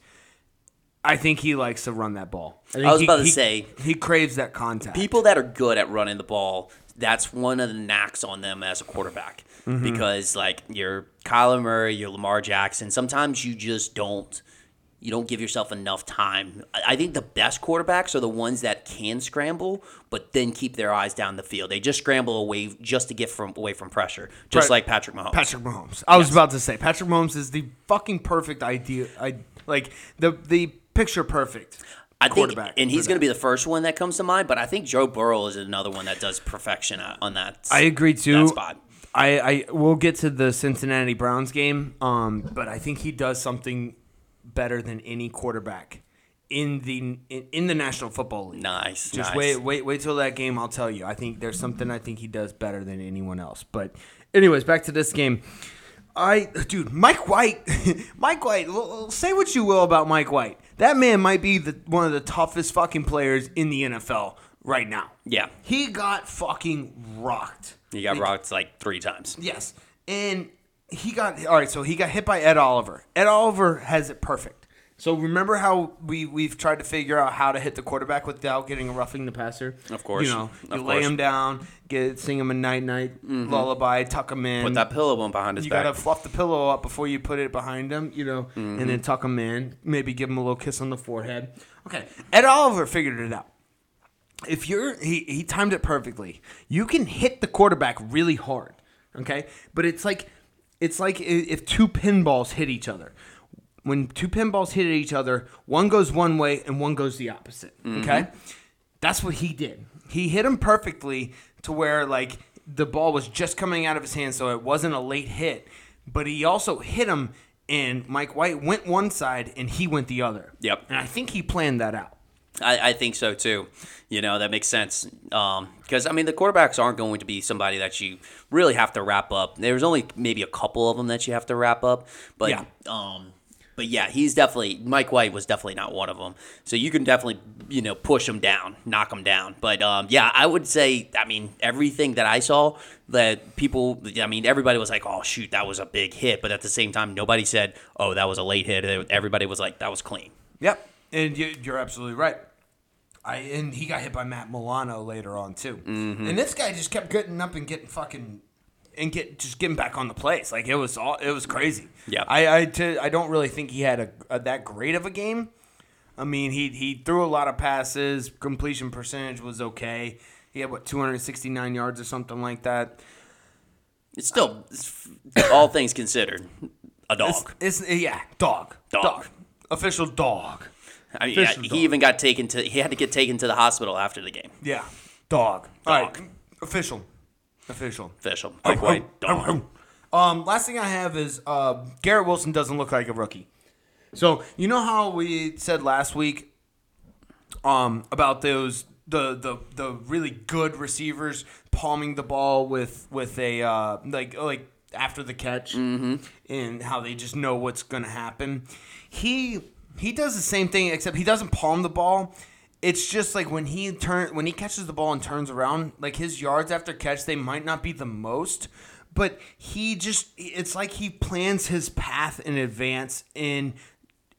I think he likes to run that ball. I, think
was
he-
about to
he-
say-
he craves that contact.
People that are good at running the ball, that's one of the knacks on them as a quarterback,
Mm-hmm.
because like you're Kyler Murray, you're Lamar Jackson. Sometimes you just don't. You don't give yourself enough time. I I think the best quarterbacks are the ones that can scramble, but then keep their eyes down the field. They just scramble away just to get from away from pressure, just
Right.
like Patrick Mahomes.
Patrick Mahomes. I was about to say Patrick Mahomes is the fucking perfect idea. I like the the picture perfect
I think,
quarterback.
and he's
for
going to
that.
be the first one that comes to mind. But I think Joe Burrow is another one that does perfection on on that.
I agree too.
That spot.
I I we'll get to the Cincinnati Browns game, um, but I think he does something better than any quarterback in the in, in the National Football League.
Nice.
Just
nice.
wait, wait, wait till that game. I'll tell you. I think there's something I think he does better than anyone else. But, anyways, back to this game. I, dude, Mike White, Mike White. l- l- Say what you will about Mike White. That man might be the one of the toughest fucking players in the NFL right now.
Yeah.
he got fucking rocked.
He got rocked like three times.
Yes. And he got all right, so he got hit by Ed Oliver. Ed Oliver has it perfect. So remember how we we've tried to figure out how to hit the quarterback without getting a roughing the passer?
Of course.
You know, you
Of
lay
course. Mm-hmm.
him down, get sing him a night night lullaby, tuck him in.
Put that pillow one behind his
you
back.
gotta fluff the pillow up before you put it behind him, you know, and then tuck him in. Maybe give him a little kiss on the forehead. Okay, Ed Oliver figured it out. If you're he, he timed it perfectly. You can hit the quarterback really hard, okay? But it's like it's like i- if two pinballs hit each other. When two pinballs hit each other, one goes one way and one goes the opposite, okay? That's what he did. He hit him perfectly to where like the ball was just coming out of his hand, so it wasn't a late hit. But he also hit him, and Mike White went one side and he went the other.
Yep.
And I think he planned that out.
I, I think so too. You know that makes sense because I mean the quarterbacks aren't going to be somebody that you really have to wrap up. There's only maybe a couple of them that you have to wrap up, but
Yeah.
um, but yeah, he's definitely Mike White was definitely not one of them. So you can definitely you know push him down, knock him down. But um, yeah, I would say I mean everything that I saw that people I mean everybody was like oh shoot that was a big hit, but at the same time nobody said oh that was a late hit. Everybody was like that was clean.
Yep, and you, you're absolutely right. I and he got hit by Matt Milano later on too,
Mm-hmm.
and this guy just kept getting up and getting fucking and get just getting back on the place. Like it was all it was crazy.
Yeah.
I I, t- I don't really think he had a, a that great of a game. I mean, he he threw a lot of passes. Completion percentage was okay. He had what 269 yards or something like that.
It's still, it's f- all things considered, a dog.
It's, it's yeah, dog,
Dog.
official dog.
I mean, yeah,
official
he
dog.
even got taken to. He had to get taken to the hospital after the game.
Yeah, dog. All right,
Dog.
official, official.
Official,
Oh,
Mike White, dog.
Um, last thing I have is uh, Garrett Wilson doesn't look like a rookie. So you know how we said last week, um, about those the the the really good receivers palming the ball with with a uh, like like after the catch and how they just know what's gonna happen. He he does the same thing except he doesn't palm the ball. It's just like when he turn when he catches the ball and turns around, like his yards after catch they might not be the most, but he just it's like he plans his path in advance and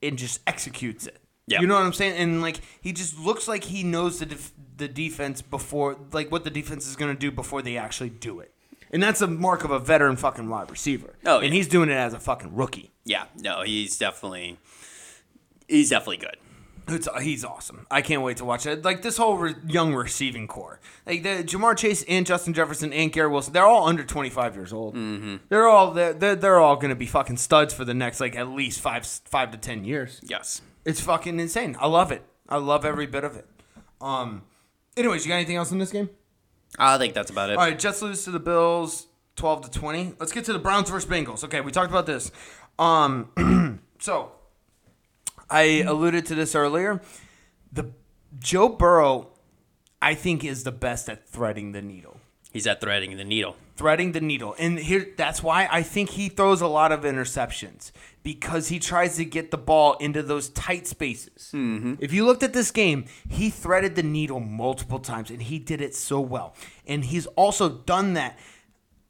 and just executes it.
Yeah.
You know what I'm saying? And like he just looks like he knows the def- the defense before like what the defense is going to do before they actually do it. And that's a mark of a veteran fucking wide receiver.
Oh,
and
yeah.
he's doing it as a fucking rookie.
Yeah, no, he's definitely, he's definitely good.
It's, he's awesome. I can't wait to watch it. Like this whole re- young receiving core, like the Jamar Chase and Justin Jefferson and Garrett Wilson, they're all under 25 years old. Mm-hmm. They're all they're, they're, they're all going to be fucking studs for the next like at least five s- five to ten years.
Yes.
It's fucking insane. I love it. I love every bit of it. Um. Anyways, you got anything else in this game?
I think that's about it.
All right, Jets lose to the Bills, twelve to twenty. Let's get to the Browns versus Bengals. Okay, we talked about this. Um, so I alluded to this earlier. The Joe Burrow, I think, is the best at threading the needle.
He's at threading the needle.
Threading the needle, and here that's why I think he throws a lot of interceptions because he tries to get the ball into those tight spaces.
Mm-hmm.
If you looked at this game, he threaded the needle multiple times, and he did it so well. And he's also done that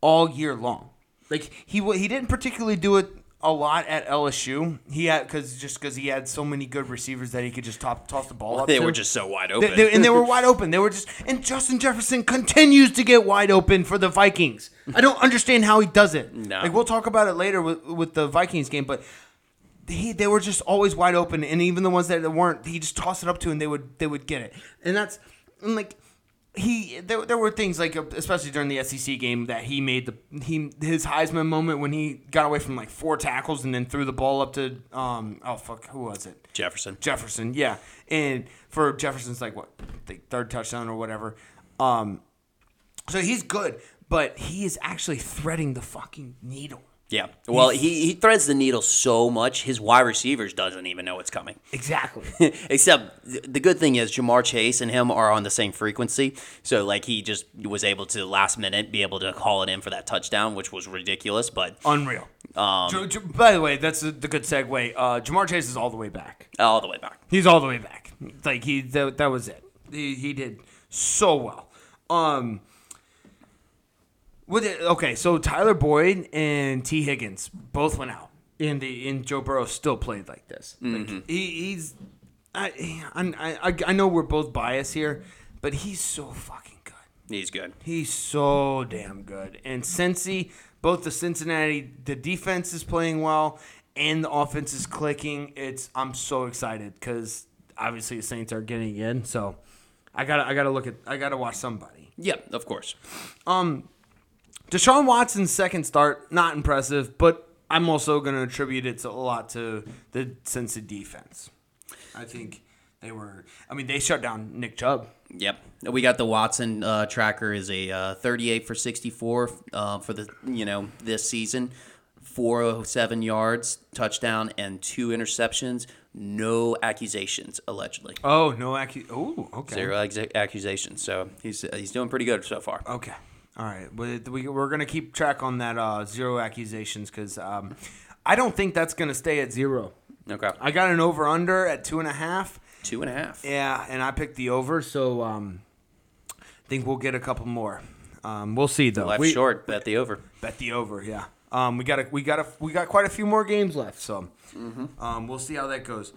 all year long. Like he wa- he didn't particularly do it a lot at LSU. He had because just because he had so many good receivers that he could just top, toss the ball. up
They
to.
were just so wide
They-
open.
they- and they were wide open. They were just and Justin Jefferson continues to get wide open for the Vikings. I don't understand how he does it.
No.
Like we'll talk about it later with, with the Vikings game, but he, they were just always wide open, and even the ones that weren't, he just tossed it up to, and they would they would get it, and that's and like he there, there were things like especially during the SEC game that he made the he his Heisman moment when he got away from like four tackles and then threw the ball up to um oh fuck who was it
Jefferson.
Jefferson, yeah. And for Jefferson's like what the third touchdown or whatever. Um so he's good, but he is actually threading the fucking needle.
Yeah. Well, he, he threads the needle so much, his wide receivers doesn't even know it's coming.
Exactly.
Except th- the good thing is Jamar Chase and him are on the same frequency. So, like, he just was able to last minute be able to call it in for that touchdown, which was ridiculous. But,
Unreal. Um, by the way, that's the the good segue. Uh, Jamar Chase is all the way back.
all the way back.
He's all the way back. Like he that, that was it. He, he did so well. Um with it, okay, so Tyler Boyd and T Higgins both went out. And the and Joe Burrow still played like this. Like he, he's I, I I I know we're both biased here, but he's so fucking good.
He's good.
He's so damn good. And Cincy, both the Cincinnati, the defense is playing well, and the offense is clicking. It's I'm so excited because obviously the Saints are getting in. So I gotta I gotta look at I gotta watch somebody.
Yeah, of course.
Deshaun Watson's second start not impressive, but I'm also gonna attribute it to, a lot to the Cincy defense. I think they were. I mean, they shut down Nick Chubb.
Yep.
We got the Watson uh, tracker is a uh, 38 for 64 uh, for the you know this season,
407 yards, touchdown, and two interceptions. No accusations, allegedly.
Oh no! Acu- oh, okay.
Zero exa- accusations. So he's uh, he's doing pretty good so far.
Okay. All right. We, we, we're going to keep track on that uh, zero accusations because um, I don't think that's going to stay at zero.
Okay.
I got an over under at two and a half.
Two and a half.
Yeah, and I picked the over, so um, I think we'll get a couple more. Um, we'll see though.
Left
we
short, bet the over.
bet the over. Yeah. Um, we got a, we got a, we got quite a few more games left, so um, we'll see how that goes.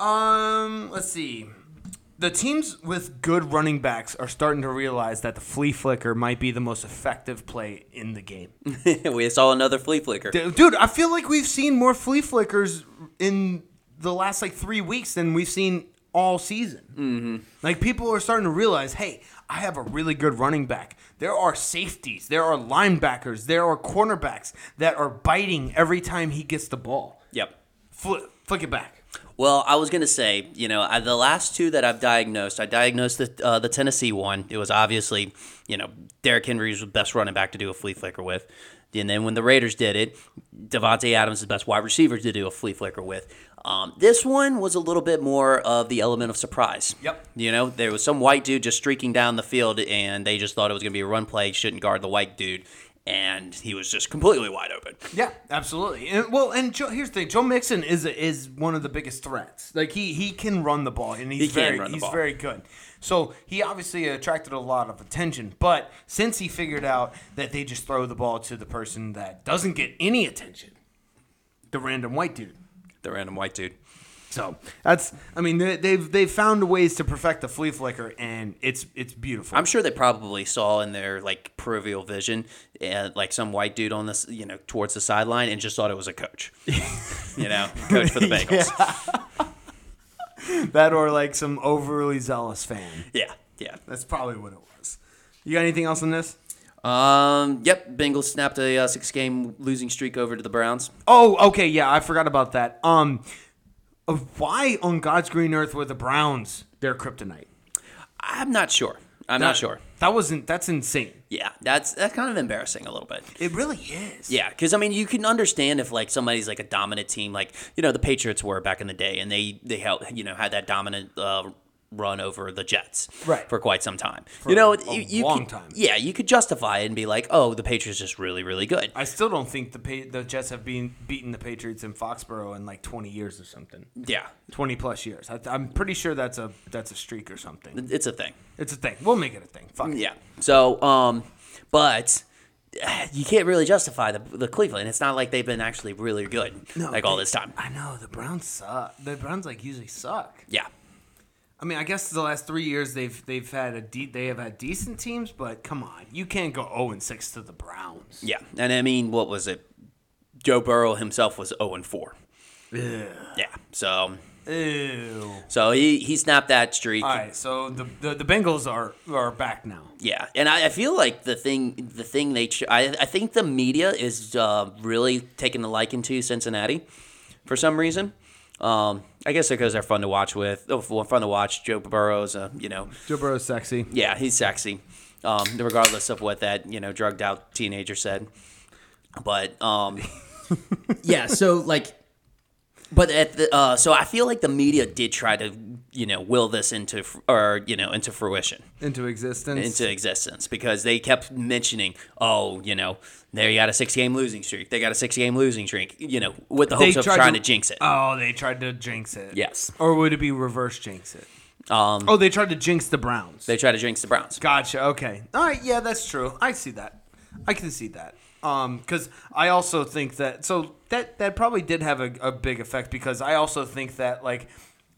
Um, let's see. The teams with good running backs are starting to realize that the flea flicker might be the most effective play in the game.
we saw another flea flicker.
D- Dude, I feel like we've seen more flea flickers in the last like three weeks than we've seen all season. Mm-hmm. Like people are starting to realize, hey, I have a really good running back. There are safeties, there are linebackers, there are cornerbacks that are biting every time he gets the ball.
Yep.
Fli flick it back.
Well, I was gonna say, you know, I, the last two that I've diagnosed, I diagnosed the uh, the Tennessee one. It was obviously, you know, Derrick Henry was the best running back to do a flea flicker with, and then when the Raiders did it, Devontae Adams is the best wide receiver to do a flea flicker with. Um, this one was a little bit more of the element of surprise.
Yep.
You know, there was some white dude just streaking down the field, and they just thought it was gonna be a run play. Shouldn't guard the white dude, and he was just completely wide open.
Yeah, absolutely. And, well, and Joe, here's the thing: Joe Mixon is is one of the biggest threats. Like he he can run the ball, and he's
can
very
run the
he's
ball.
very good. So he obviously attracted a lot of attention. But since he figured out that they just throw the ball to the person that doesn't get any attention, the random white dude.
The random white dude.
So that's I mean they, they've they've found ways to perfect the flea flicker, and it's it's beautiful.
I'm sure they probably saw in their like peripheral vision, uh, like some white dude on this, you know, towards the sideline, and just thought it was a coach. you know, coach for the Bengals.
that or like some overly zealous fan.
Yeah. yeah,
That's probably what it was. You got anything else on this?
Um. Yep. Bengals snapped a uh, six-game losing streak over to the Browns.
Oh, okay, yeah, I forgot about that. Um, uh, why on God's green earth were the Browns their kryptonite?
I'm not sure. I'm not sure.
That wasn't. That's insane.
Yeah, that's that's kind of embarrassing a little bit.
It really is.
Yeah, because I mean, you can understand if like somebody's like a dominant team, like you know the Patriots were back in the day, and they they held you know had that dominant uh, run over the Jets
Right.
for quite some time. you know,
a
you, you
long
could-
time.
Yeah, you could justify it and be like, oh, the Patriots just really really good.
I still don't think the pa- the Jets have been beaten the Patriots in Foxborough in like twenty years or something,
yeah,
twenty plus years. I, I'm pretty sure that's a that's a streak or something.
it's a thing.
It's a thing. We'll make it a thing. Fuck. it.
Yeah. So, um, but you can't really justify the the Cleveland. It's not like they've been actually really good like all
they-
this time.
I know the Browns suck. The Browns like usually suck.
Yeah.
I mean, I guess the last three years they've they've had a de- they have had decent teams, but come on, you can't go zero and six to the Browns.
Yeah, oh and I mean, what was it? Joe Burrow himself was zero and four. Yeah. So
Ew.
so he he snapped that streak.
All right, so the, the the Bengals are are back now.
Yeah, and I, I feel like the thing the thing they ch- I I think the media is uh, really taking a liking to Cincinnati for some reason. Um, I guess because they're fun to watch with. Oh, f- fun to watch. Joe Burrow's, uh, you know,
Joe Burrow's sexy.
yeah, he's sexy, um, regardless of what that you know drugged out teenager said. But um,
yeah, so like
but at the uh, so I feel like the media did try to you know will this into fr- or you know into fruition.
Into existence.
into existence because they kept mentioning, oh, you know, they got a six game losing streak. They got a six game losing streak, you know, with the hopes of
tried
trying to, jinx it.
Oh, they tried to jinx it.
Yes.
Or would it be reverse jinx it?
Um,
Oh, they tried to jinx the Browns.
they try to jinx the Browns.
Gotcha. Okay. All right. Yeah, that's true. I see that. I can see that. Um, because I also think that so that that probably did have a, a big effect because I also think that like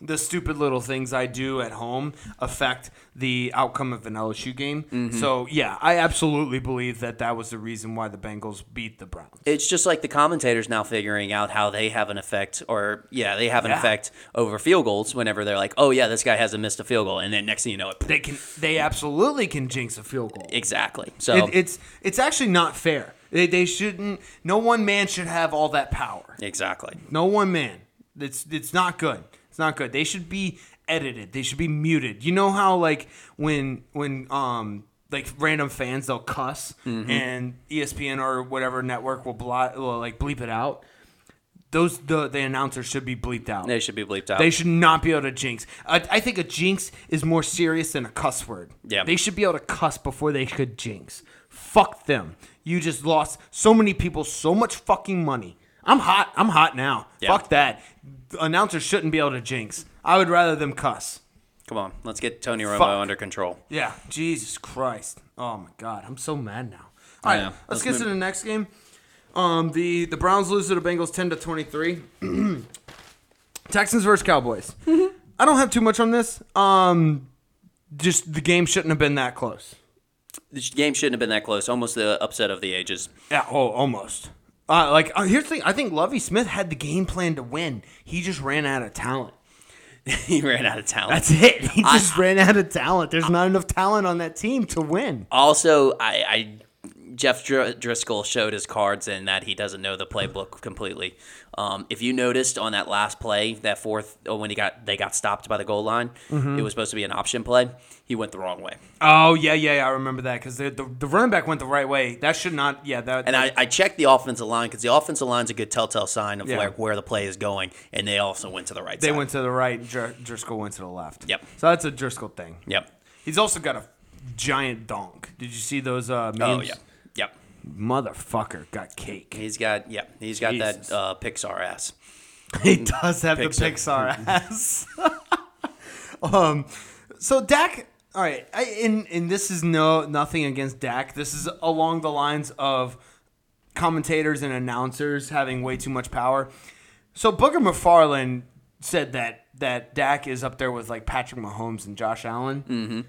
the stupid little things I do at home affect the outcome of an LSU game. So yeah, I absolutely believe that that was the reason why the Bengals beat the Browns.
It's just like the commentators now figuring out how they have an effect, or yeah, they have an
Yeah.
effect over field goals whenever they're like, oh, yeah, this guy hasn't missed a field goal. And then next thing you know, it.
They can. They absolutely can jinx a field goal.
Exactly. So
It, it's it's actually not fair. They, they shouldn't. No one man should have all that power.
exactly.
No one man. It's it's not good. It's not good. They should be edited. They should be muted. You know how like when when um like random fans they'll cuss and E ESPN or whatever network will blot will like bleep it out. Those the the announcers should be bleeped out.
They should be bleeped out.
They should not be able to jinx. I, I think a jinx is more serious than a cuss word.
Yeah.
They should be able to cuss before they could jinx. Fuck them. You just lost so many people so much fucking money. I'm hot. I'm hot now. Fuck that. Announcers shouldn't be able to jinx. I would rather them cuss.
Come on, let's get Tony Romo
Fuck.
under control.
Yeah. Jesus Christ. Oh my God. I'm so mad now. All right.
know.
Let's,
Let's
get to
move-
the next game. Um, the the Browns lose to the Bengals ten to twenty three. Texans versus Cowboys. I don't have too much on this. Um, just the game shouldn't have been that close.
This game shouldn't have been that close. Almost the upset of the ages.
Yeah. Oh, almost. Uh, like uh, here's the thing. I think Lovey Smith had the game plan to win. He just ran out of talent.
he ran out of talent.
That's it. He just ran out of talent. There's not enough talent on that team to win.
Also, I, I Jeff Dr- Driscoll showed his cards in that he doesn't know the playbook completely. Um, if you noticed on that last play, that fourth oh, when he got they got stopped by the goal line,
Mm-hmm.
it was supposed to be an option play. He went the wrong way,
Oh yeah, yeah, yeah I remember that because the, the the running back went the right way. That should not. Yeah, that.
and I, I checked the offensive line because the offensive line's a good telltale sign of
Yeah.
where, where the play is going, and they also went to the right.
they
side.
went to the right. Dr- Driscoll went to the left.
Yep.
So that's a Driscoll thing.
Yep.
He's also got a giant donk. Did you see those uh,
Oh
memes?
yeah. Yep.
Motherfucker got cake.
He's got yeah. He's got
Jesus.
that uh, Pixar ass.
He does have
Pixar.
the Pixar ass. um, so Dak. All right, I, and and this is no nothing against Dak. This is along the lines of commentators and announcers having way too much power. So Booker McFarland said that that Dak is up there with like Patrick Mahomes and Josh Allen, mm-hmm.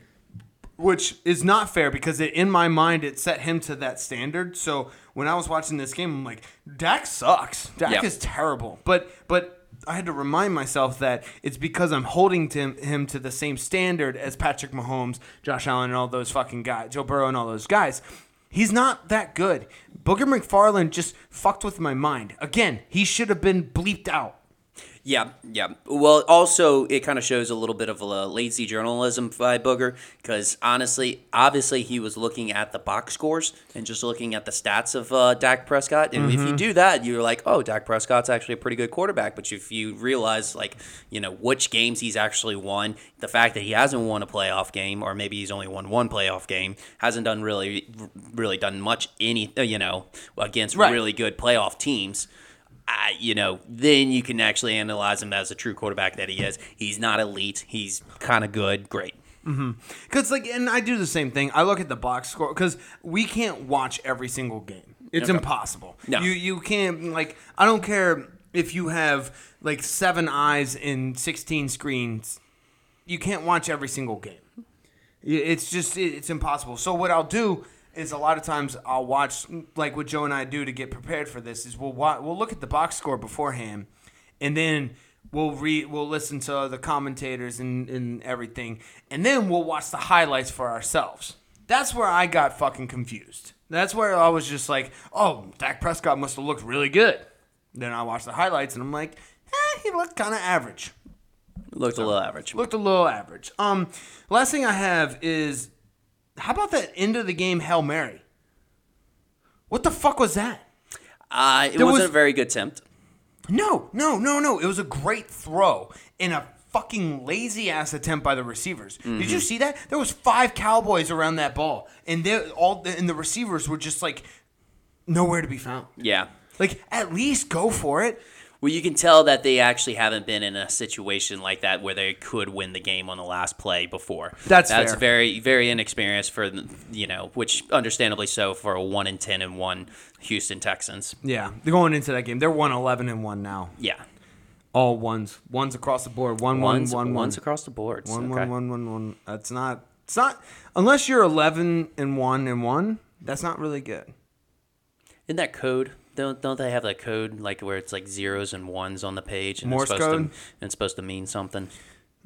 which is not fair because it, in my mind it set him to that standard. So when I was watching this game, I'm like, Dak sucks. Dak
Yeah.
is terrible. But but I had to remind myself that it's because I'm holding to him, him to the same standard as Patrick Mahomes, Josh Allen, and all those fucking guys, Joe Burrow, and all those guys. He's not that good. Booker McFarland just fucked with my mind. Again, he should have been bleeped out.
Yeah, yeah. Well, also it kind of shows a little bit of a lazy journalism by Booger because honestly, obviously he was looking at the box scores and just looking at the stats of uh, Dak Prescott. And if you do that, you're like, oh, Dak Prescott's actually a pretty good quarterback. But if you realize, like, you know, which games he's actually won, the fact that he hasn't won a playoff game, or maybe he's only won one playoff game, hasn't done really, really done much any, uh, you know, against
Right.
really good playoff teams I, you know, then you can actually analyze him as a true quarterback that he is. He's not elite. He's kind of good, great.
Cause like, and I do the same thing. I look at the box score because we can't watch every single game. It's impossible.
No.
You you can't like. I don't care if you have like seven eyes and sixteen screens. You can't watch every single game. Y- It's just it- it's impossible. So what I'll do is a lot of times I'll watch like what Joe and I do to get prepared for this is we'll wa- we'll look at the box score beforehand and then we'll read, we'll listen to the commentators and, and everything, and then we'll watch the highlights for ourselves. That's where I got fucking confused. That's where I was just like, oh, Dak Prescott must have looked really good. Then I watched the highlights and I'm like, eh, he looked kind of average.
Looked a little average.
Looked a little average. Um, last thing I have is, how about that end of the game hail mary? What the fuck was that?
Uh, it
There
wasn't
was-
a very good attempt.
No, no, no, no. It was a great throw in a fucking lazy ass attempt by the receivers. Did you see that? There was five Cowboys around that ball, and they all and the receivers were just like nowhere to be found.
Yeah.
Like at least go for it.
Well, you can tell that they actually haven't been in a situation like that where they could win the game on the last play before.
That's
that's
fair.
very very inexperienced for you know, which understandably so for a one in ten and one Houston Texans.
Yeah, they're going into that game. They're one eleven and one now.
Yeah,
All ones, ones across the board. One, one,
ones
one, one.
ones across the board.
One,
okay.
one, one, one, one. That's not. It's not unless you're eleven and one and one. That's not really good.
Isn't that code? Don't don't they have that code like where it's like zeros and ones on the page and
Morse
it's supposed
code?
to and it's supposed to mean something.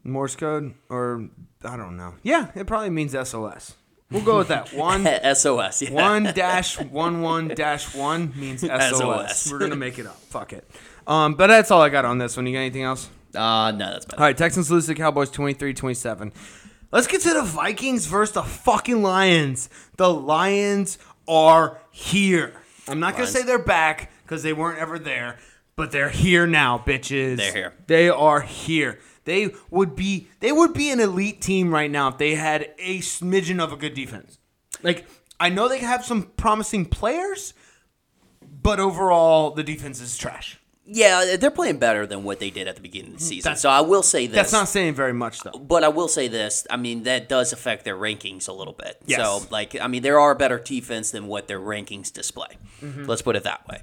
Morse code, or I don't know. Yeah, it probably means SOS. We'll go with that. One
SOS. Yeah.
one dash one one dash one means SOS.
SOS.
We're gonna make it up. Fuck it. Um, but that's all I got on this one. You got anything else?
Uh, no, that's bad.
All right, Texans lose to the Cowboys 23-27. Let's get to the Vikings versus the fucking Lions. The Lions are here. I'm not going to say they're back because they weren't ever there, but they're here now, bitches.
They're here.
They are here. They would be they would be an elite team right now if they had a smidgen of a good defense. Like I know they have some promising players, but overall the defense is trash.
yeah, they're playing better than what they did at the beginning of the season. So I will say this.
Mm, That's not saying very much though.
But I will say this. I mean, that does affect their rankings a little bit.
Yes.
So, like, I mean, there are better defense than what their rankings display. Let's put it that way.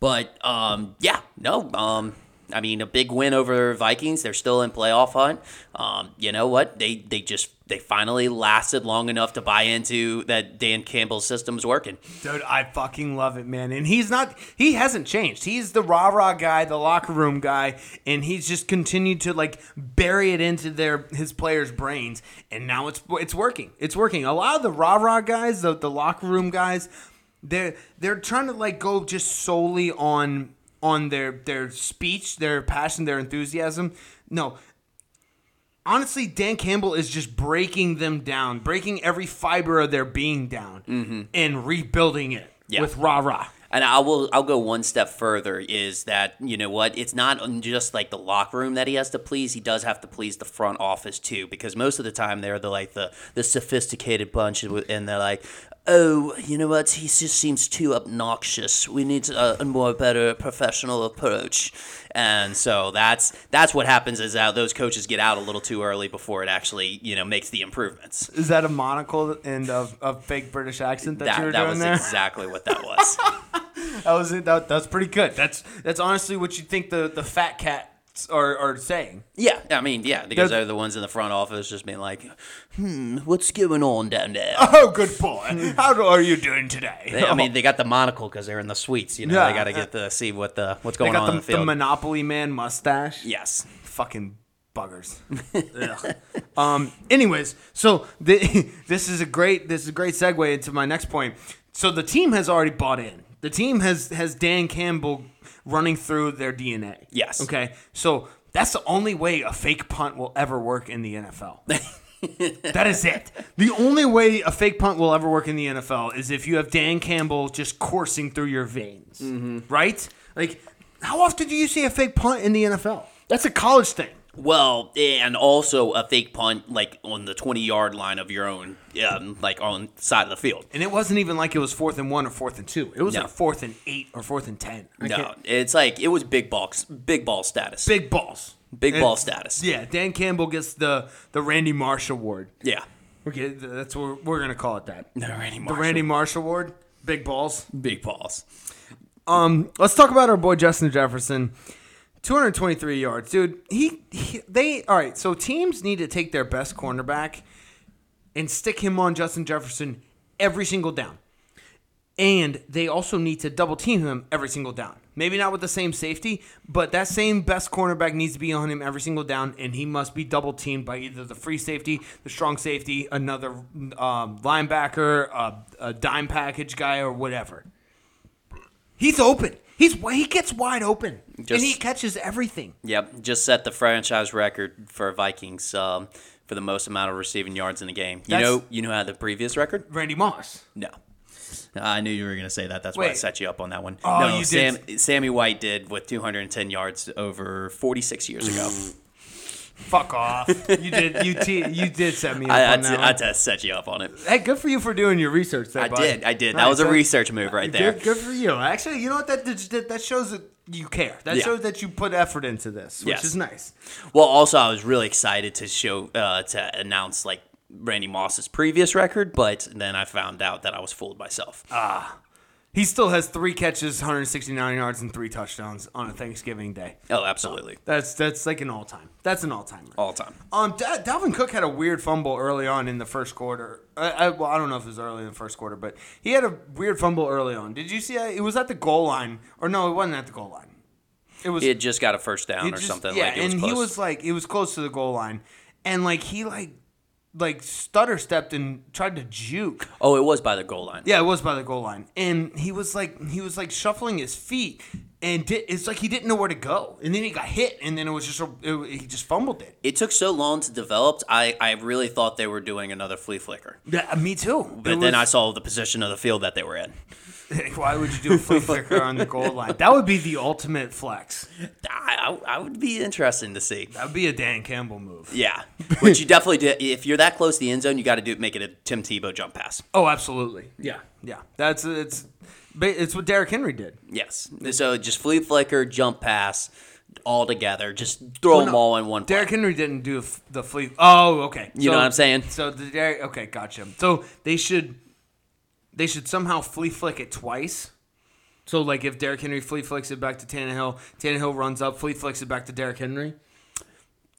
But um, yeah, no. Um, I mean, a big win over Vikings. They're still in playoff hunt. Um, you know what? They they just they finally lasted long enough to buy into that Dan Campbell's system's working.
Dude, I fucking love it, man. And he's not, he hasn't changed. He's the rah rah guy, the locker room guy, and he's just continued to like bury it into their, his players' brains. And now it's, it's working. It's working. A lot of the rah rah guys, the, the locker room guys, they're, they're trying to like go just solely on, on their, their speech, their passion, their enthusiasm. No, honestly, Dan Campbell is just breaking them down, breaking every fiber of their being down,
Mm-hmm.
and rebuilding it with rah rah.
And I will I'll go one step further is that you know what it's not just like the locker room that he has to please he does have to please the front office too because most of the time they're the like the the sophisticated bunch and and they're like oh you know what he just seems too obnoxious we need a, a more better professional approach and so that's that's what happens is that those coaches get out a little too early before it actually you know makes the improvements
Is that a monocle and of, of fake British accent that, you were
that, that
doing
was
there?
exactly what that was
that was it. That, that's pretty good. That's that's honestly what you think the, the fat cats are, are saying.
Yeah, I mean, yeah, because
They're-
they're the ones in the front office just being like, hmm, what's going on down there?
Oh, good boy. How do, are you doing today?
They- I mean, they got the monocle because they're in the suites, you know.
Yeah. uh,
they got to get to see what the what's
they
going
got
on in
the,
the field.
the Monopoly Man mustache.
yes,
fucking buggers. Ugh. um. Anyways, so the, this is a great this is a great segue into my next point. So the team has already bought in. The team has has Dan Campbell running through their DNA.
Yes.
Okay. So that's the only way a fake punt will ever work in the NFL. that is it. The only way a fake punt will ever work in the NFL is if you have Dan Campbell just coursing through your veins, right? Like, how often do you see a fake punt in the NFL? That's a college thing.
well, and also a fake punt like on the twenty yard line of your own, um, like on side of the field.
And it wasn't even like it was fourth and one or fourth and two. It was
No.
like fourth and eight or fourth and ten. I
No,
can't-
it's like it was big box, big ball status, big,
big balls.
ball
It's-
status.
Yeah, Dan Campbell gets the the Randy Marsh Award.
yeah.
We're getting, that's what we're gonna call it that.
The Randy
The
Marshall,
Randy Marsh Award. Big balls.
big balls.
Mm, Let's talk about our boy Justin Jefferson. 223 yards, dude. He, he they all right, so teams need to take their best cornerback and stick him on Justin Jefferson every single down. And they also need to double team him every single down. Maybe not with the same safety, but that same best cornerback needs to be on him every single down, and he must be double teamed by either the free safety, the strong safety, another um, linebacker, a, a dime package guy, or whatever. He's open. He's he gets wide open, and
Just-
he catches everything.
Yep, just set the franchise record for Vikings um, for the most amount of receiving yards in a game. You
That's-
know, you know how the previous record?
Randy Moss.
No.
I knew you were going to say that. That's why I
Wait.
said.
Set you up on that one.
Oh,
no,
you
Sam,
did.
Sammy White did with 210 yards over 46 years ago.
Mm. Fuck off. you did. You te- you did set me up
I, I,
on that.
I,
one.
I set you up on it.
hey, good for you for doing your research. There,
I
bud.
did. I did.
All
That was a
so-
research move right there.
Good, good for you. Actually, you know what? That that, that shows that you care. That
Yeah.
shows that you put effort into this, which
Yes.
is nice.
Well, also I was really excited to show uh, to announce like Randy Moss's previous record, but then I found out that I was fooled myself.
Ah. He still has three catches, 169 yards, and three touchdowns on a Thanksgiving day.
oh, absolutely,
That's that's like an all time. That's an all timer.
all time.
Um, Da- Dalvin Cook had a weird fumble early on in the first quarter. I, I, well, I don't know if it was early in the first quarter, but he had a weird fumble early on. Did you see that? It was at the goal line, or no, it wasn't at the goal line. It was
He had just got a first down
he
or
just-
something.
Yeah,
like it was
and
close.
he was like it was close to the goal line, and like he like like stutter stepped and tried to juke.
Oh, it was by the goal line.
Yeah, it was by the goal line, and he was like he was like shuffling his feet, and di- it's like he didn't know where to go, and then he got hit, and then it was just a, it, he just fumbled it.
It took so long to develop. I, I really thought they were doing another flea flicker.
Yeah, uh, me too.
But then I saw the position of the field that they were in.
Why would you do a flea flicker on the goal line? That would be the ultimate flex.
I, I, I would be interesting to see.
That would be a Dan Campbell move.
Yeah, which you definitely did. If you're that close to the end zone, you got to do make it a Tim Tebow jump pass.
Oh, absolutely. Yeah, yeah. That's it's it's what Derrick Henry did.
Yes. So just flea flicker, jump pass, all together. Just throw them
no.
all in one.
Derrick
play.
Henry didn't do f- the flea. Oh, okay.
You know what I'm saying?
So the Derrick. Okay, gotcha. So they should, they should somehow flea flick it twice. So like if Derrick Henry flea flicks it back to Tannehill, Tannehill runs up, flea flicks it back to Derrick Henry.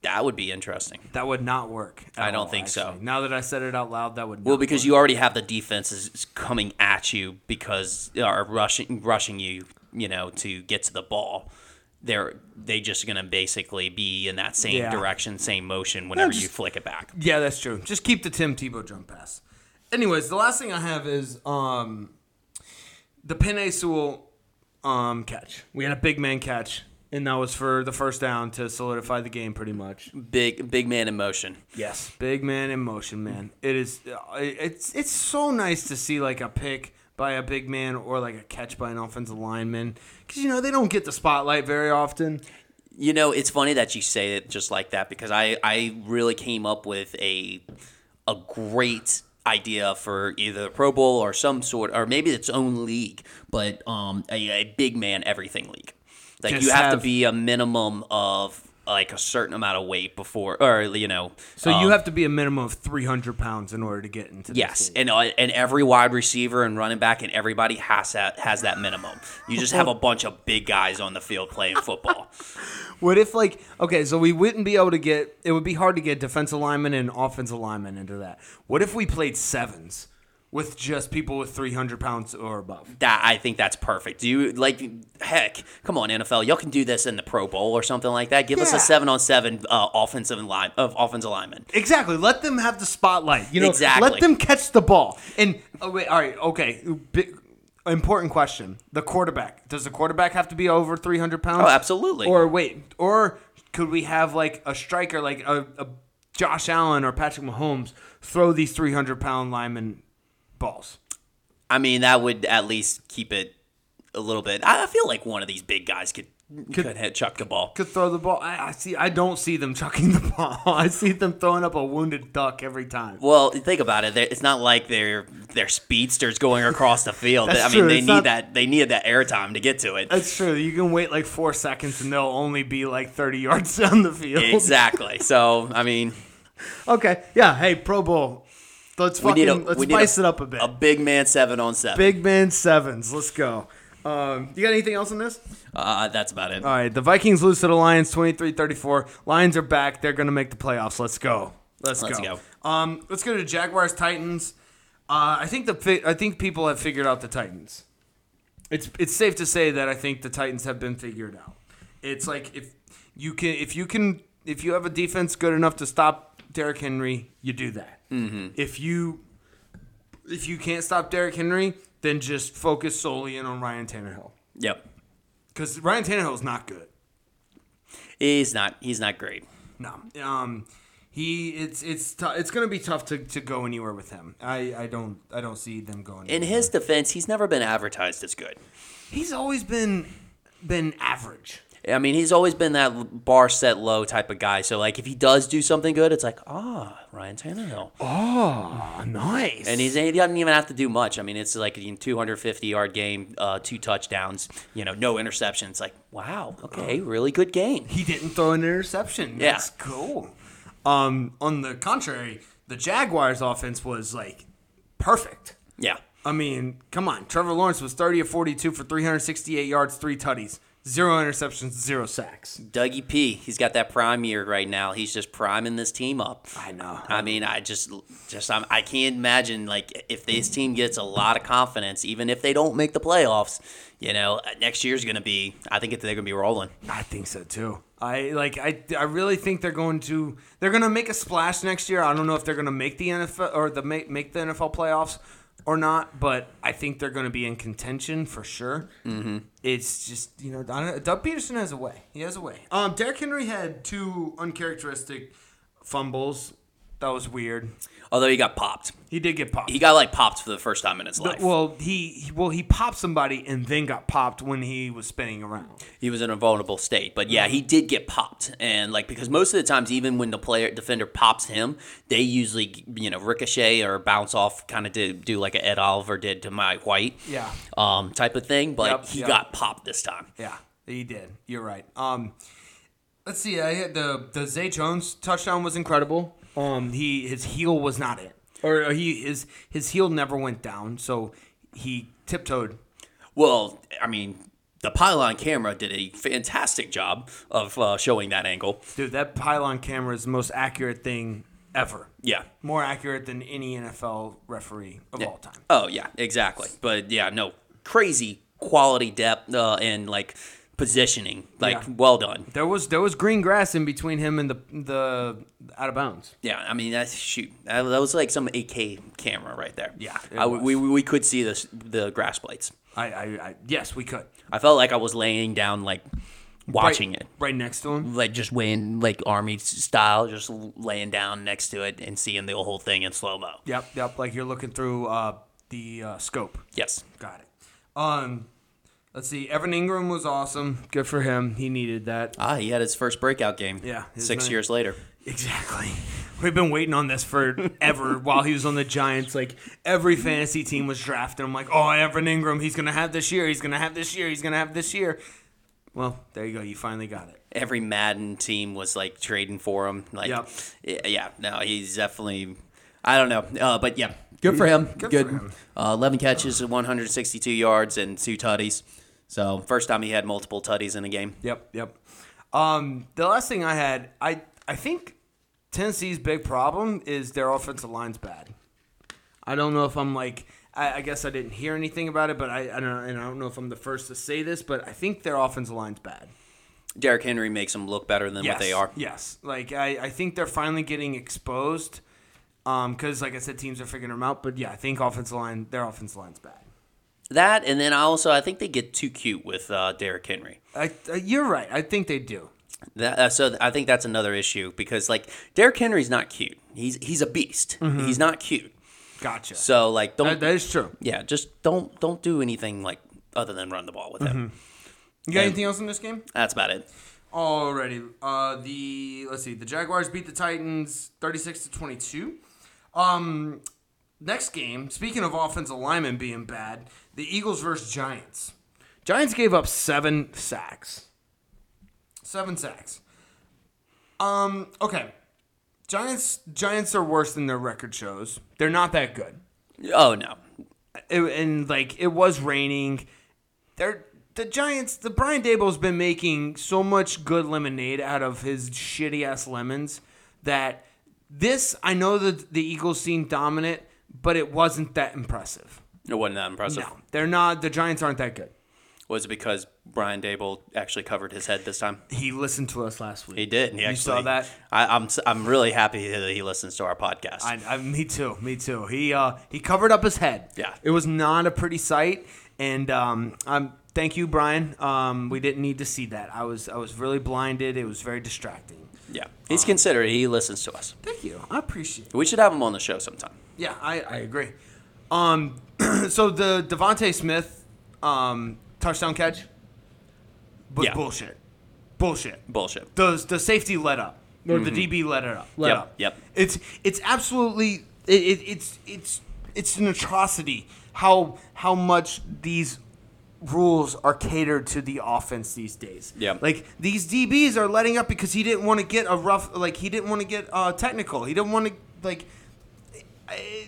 That would be interesting.
That would not work. at
I don't
all,
think so.
actually. Now that I said it out loud, that would.
Well,
not
because you already have the defenses coming at you because are rushing rushing you, you know, to get to the ball. They're they just gonna basically be in that same
Yeah.
direction, same motion whenever you
just-
flick it back.
Yeah, that's true. Just keep the Tim Tebow jump pass. Anyways, the last thing I have is um, the Penny Sewell um, catch. We had a big man catch, and that was for the first down to solidify the game pretty much.
Big big man in motion.
Yes. Big man in motion, man. It is it's it's so nice to see like a pick by a big man or like a catch by an offensive lineman cuz you know they don't get the spotlight very often.
You know, it's funny that you say it just like that because I I really came up with a a great idea for either the Pro Bowl or some sort or maybe its own league, but um a, a big man everything league. Like
Just
you have,
have-
to be a minimum of like a certain amount of weight before or you know
So you have to be a minimum of 300 pounds in order to get into this
Yes,
league.
and uh, and every wide receiver and running back and everybody has that has that minimum. You just have a bunch of big guys on the field playing football.
What if like okay, so we wouldn't be able to get it would be hard to get defensive linemen and offensive linemen into that. What if we played sevens with just people with three hundred pounds or above?
that I think that's perfect. Do you like heck? Come on, NFL, y'all can do this in the Pro Bowl or something like that. Give us
Yeah.
a seven on seven uh, offensive line of offensive lineman.
Exactly. Let them have the spotlight. You know,
Exactly.
let them catch the ball. And oh, wait, all right, okay. Big, important question: the quarterback. Does the quarterback have to be over three hundred pounds?
Oh, absolutely.
Or wait, or could we have like a striker, like a, a Josh Allen or Patrick Mahomes, throw these three hundred pound linemen balls?
I mean, that would at least keep it a little bit. I I feel like one of these big guys could could, hit chuck the ball.
could throw the ball. I, I see. I don't see them chucking the ball. I see them throwing up a wounded duck every time.
Well, think about it. They're- It's not like they're they're speedsters going across the field. I
That's
mean,
true.
they
It's
need
not-
that they need that airtime to get to it.
That's true. You can wait like four seconds, and they'll only be like thirty yards down the field.
Exactly. So, I mean,
Okay. Yeah. Hey, Pro Bowl. Let's
we
fucking
need a
let's
we need a-
spice it up a bit.
A big man seven on seven.
Big man sevens. Let's go. Um, you got anything else on this?
uh, that's about it.
All right. The Vikings lose to the Lions, 23-34. Lions are back. They're gonna make the playoffs. Let's go. Let's,
Let's
go. Um, let's go to Jaguars Titans. Uh, I think the fi- I think people have figured out the Titans. It's it's safe to say that I think the Titans have been figured out. It's like if you can if you can if you have a defense good enough to stop Derrick Henry, you do that. If you if you can't stop Derrick Henry, then just focus solely in on Ryan Tannehill
Yep.
because Ryan Tannehill's not good.
He's not. He's not great.
No. Um, he it's it's t- it's gonna be tough to, to go anywhere with him. I, I don't I don't see them going.
In
anywhere.
his defense, he's never been advertised as good.
he's always been been average.
I mean, he's always been that bar set low type of guy. So like, if he does do something good, it's like, ah, Ryan Tannehill,
Oh, nice.
and he's he doesn't even have to do much. I mean, it's like a 250 yard game, uh, two touchdowns, you know, no interceptions. Like, wow, okay, really good game.
he didn't throw an interception.
Yeah.
That's cool. Um, on the contrary, the Jaguars' offense was like perfect.
Yeah,
I mean, come on. Trevor Lawrence was 30 of 42 for 368 yards, three tutties, zero interceptions, zero sacks.
Dougie P, he's got that prime year right now. He's just priming this team up.
I know.
I mean, I just, just I'm, I can't imagine like if this team gets a lot of confidence, even if they don't make the playoffs, you know, uh, next year's gonna be. I think they're gonna be rolling.
I think so too. I like I, I really think they're going to they're going to make a splash next year. I don't know if they're going to make the NFL or the make, make the NFL playoffs or not, but I think they're going to be in contention for sure. Mm-hmm. It's just you know I don't- Doug Peterson has a way. He has a way. Um, Derrick Henry had two uncharacteristic fumbles. That was weird.
Although he got popped,
He did get popped.
he got like popped for the first time in his life.
well, he he- well he popped somebody and then got popped when he was spinning around.
he was in a vulnerable state, but yeah, he did get popped, and like because most of the times, even when the player defender pops him, they usually you know ricochet or bounce off, kind of do, do like a Ed Oliver did to Mike White,
Yeah.
um, type of thing. But
Yep,
he
yep.
got popped this time.
Yeah, he did. You're right. Um, let's see. I had the the Zay Jones touchdown was incredible. Um, he his heel was not it, or uh, he his his heel never went down, so he tiptoed.
Well, I mean, the pylon camera did a fantastic job of uh, showing that angle.
Dude, that pylon camera is the most accurate thing ever.
Yeah.
More accurate than any NFL referee of all time.
Oh yeah, exactly. But yeah, no, crazy quality depth uh, and like positioning. Like,
Yeah.
well done.
There was there was green grass in between him and the the out of bounds.
Yeah, I mean that's shoot. That, that was like some AK camera right there.
Yeah, it
I,
was.
we we we could see this the grass blades.
I, I, I yes, we could
I felt like I was laying down, like watching
right,
it,
right next to him.
like just weighing like army s- style, just laying down next to it and seeing the whole thing in slow mo.
Yep, yep. Like you're looking through uh, the uh, scope.
Yes.
Got it. Um, let's see. Evan Ingram was awesome. Good for him. He needed that.
Ah, he had his first breakout game.
Yeah, his
six
name.
years later.
Exactly. We've been waiting on this forever. while he was on the Giants, like every fantasy team was drafting him. Like, oh, Evan Ingram, he's gonna have this year. He's gonna have this year. He's gonna have this year. Well, there you go. You finally got it.
Every Madden team was like trading for him. Like,
Yep.
y- yeah, no, he's definitely. I don't know, uh, but yeah, good for him. Good.
him.
Uh, Eleven catches, 162 yards, and two tutties. So first time he had multiple tutties in a game.
Yep, yep. Um, the last thing I had, I I think Tennessee's big problem is their offensive line's bad. I don't know if I'm like I, I guess I didn't hear anything about it, but I, I don't and I don't know if I'm the first to say this, but I think their offensive line's bad.
Derrick Henry makes them look better than what they are.
Yes. Like I, I think they're finally getting exposed. Um, because like I said, teams are figuring them out. But yeah, I think offensive line their offensive line's bad.
That, and then I also I think they get too cute with uh, Derrick Henry.
I, I, you're right. I think they do.
That, uh, so I think that's another issue because like Derrick Henry's not cute. He's he's a beast. He's not cute.
Gotcha.
So like don't
Mm-hmm. That- that is true.
yeah, just don't don't do anything like other than run the ball with him.
Mm-hmm. You got anything else in this game?
That's about it.
Alrighty. Uh, the let's see. The Jaguars beat the Titans thirty-six to twenty-two. Um, next game. Speaking of offensive linemen being bad, the Eagles versus Giants. Giants gave up seven sacks. Seven sacks. Um. Okay. Giants. Giants are worse than their record shows. They're not that good.
Oh no.
It, and like it was raining. They're the Giants. The Brian Dable's been making so much good lemonade out of his shitty ass lemons that this. I know that the Eagles seem dominant, but it wasn't that impressive.
It wasn't that impressive.
No, they're not. The Giants aren't that good.
Was it because Brian Dable actually covered his head this time?
He listened to us last week.
He did. He
You saw
actually-
that?
I, I'm s- I'm really happy that he listens to our podcast.
I, I, me too. Me too. He uh, he covered up his head.
Yeah.
it was not a pretty sight. And um, I'm thank you, Brian. Um, we didn't need to see that. I was I was really blinded. It was very distracting.
yeah,
Uh-huh.
he's considerate. He listens to us.
Thank you. I appreciate. it.
We should have him on the show sometime.
Yeah, I, I agree. Um, so the Devonte Smith um, touchdown catch was
Yeah.
bullshit. Bullshit.
Bullshit.
the the safety let up or the DB let it up. Let
Mm-hmm. Yep,
up.
yep.
It's it's absolutely it, it, it's it's it's an atrocity how how much these rules are catered to the offense these days.
Yep.
Like these DBs are letting up because he didn't want to get a rough like he didn't want to get uh technical. He didn't want to like I-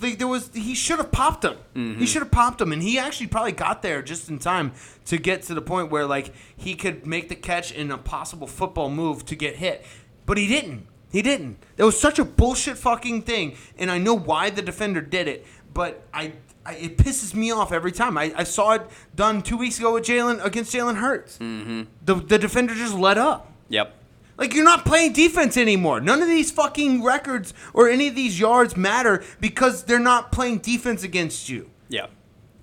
like there was he should have popped him. He should have popped him, and he actually probably got there just in time to get to the point where like he could make the catch in a possible football move to get hit, but he didn't. He didn't. That was such a bullshit fucking thing, and I know why the defender did it, but I. I, it pisses me off every time. I, I saw it done two weeks ago with Jalen against Jalen Hurts. Mm-hmm. The the defender just let up.
Yep.
Like you're not playing defense anymore. None of these fucking records or any of these yards matter because they're not playing defense against you.
Yeah.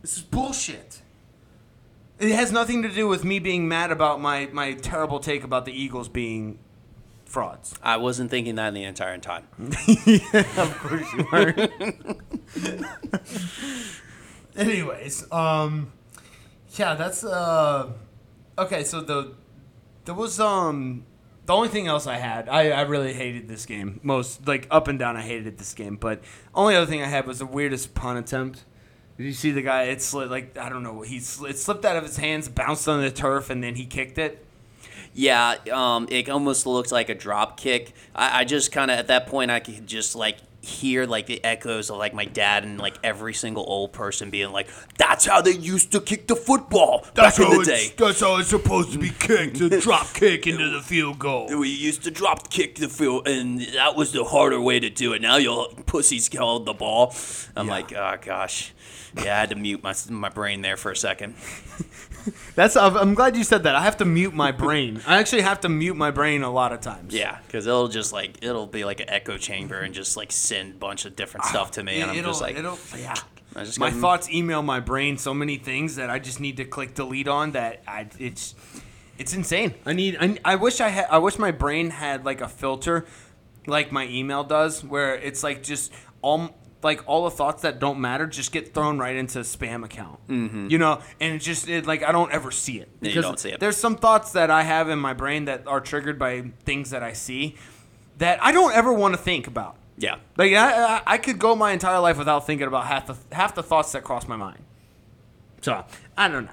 This is bullshit. It has nothing to do with me being mad about my my terrible take about the Eagles being frauds.
I wasn't thinking that the entire time.
Anyways, um yeah, that's uh okay, so the there was um the only thing else I had, I, I really hated this game. Most like up and down I hated this game, but only other thing I had was the weirdest pun attempt. Did you see the guy it slid like I don't know, he sli it slipped out of his hands, bounced on the turf and then he kicked it.
Yeah, um, it almost looked like a drop kick. I, I just kind of at that point I could just like hear like the echoes of like my dad and like every single old person being like, "That's how they used to kick the football back in the day.
that's how it's supposed to be kicked, a drop kick into the field goal.
We used to drop kick the field, and that was the harder way to do it. Now your pussy's held the ball." I'm
Yeah.
like, "Oh gosh." Yeah, I had to mute my my brain there for a second.
That's. I'm I'm glad you said that. I have to mute my brain. I actually have to mute my brain a lot of times.
Yeah, because it'll just like it'll be like an echo chamber and just like send a bunch of different stuff to me, and I'm
Ah, It, will
just like,
it'll, yeah.
I just
my
go-
thoughts email my brain so many things that I just need to click delete on. That I it's it's insane. I need. I, I wish I had. I wish my brain had like a filter, like my email does, where it's like just all like all the thoughts that don't matter just get thrown right into a spam account. Mm-hmm. You know, and it just it, like I don't ever see it.
Yeah, you
Because
don't see it.
There's some thoughts that I have in my brain that are triggered by things that I see that I don't ever want to think about.
yeah.
Like I, I- I could go my entire life without thinking about half the half the thoughts that cross my mind. So I don't know.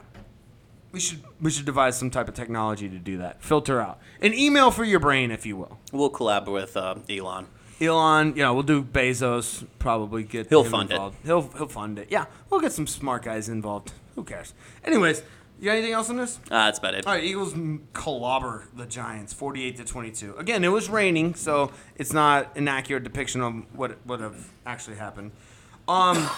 We should we should devise some type of technology to do that. Filter out an email for your brain, if you will.
We'll collab with uh, Elon.
Elon, you know, we'll do Bezos. Probably get
He'll
him
fund it.
involved. He'll he'll fund it. Yeah, we'll get some smart guys involved. Who cares? Anyways, you got anything else on this?
Uh, that's about it.
All right, Eagles m- clobber the Giants, forty-eight to twenty-two. Again, it was raining, so it's not an accurate depiction of what what have actually happened. Um,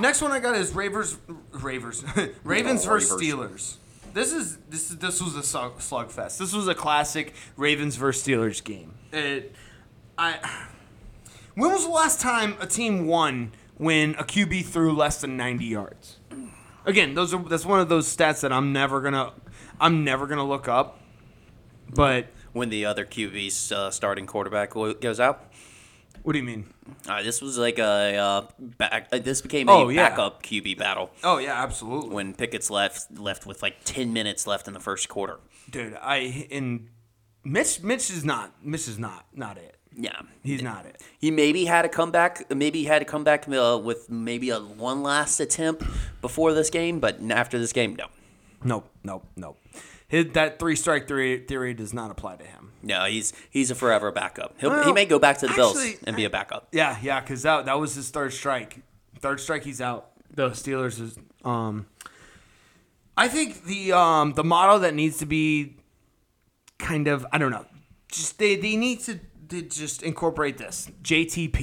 next one I got is Ravers, Ravers, Ravens
Yeah,
versus
Ravers.
Steelers. This is this is this was a slug- slugfest. This was a classic Ravens versus Steelers game. It, I. When was the last time a team won when a QB threw less than ninety yards? again those are that's one of those stats that i'm never gonna i'm never gonna look up but
When the other QB's uh, starting quarterback w- goes out,
what do you mean
uh, this was like a uh, back. Uh, this became a
Oh, yeah.
backup QB battle
oh yeah absolutely
when Pickett's left left with like ten minutes left in the first quarter.
dude i and mitch mitch is not mitch is not not it
Yeah,
he's not it
he maybe had a comeback. Maybe he had a comeback uh, with maybe a one last attempt before this game, but after this game, no,
nope nope nope His, that three strike theory, theory does not apply to him
no, he's he's a forever backup. He'll, he
Well,
may go back to the Bills
actually,
and be a backup.
yeah yeah because that, that was his third strike third strike he's out the steelers is um I think the um the model that needs to be kind of I don't know. Just they, they need to, to just incorporate this. JTP.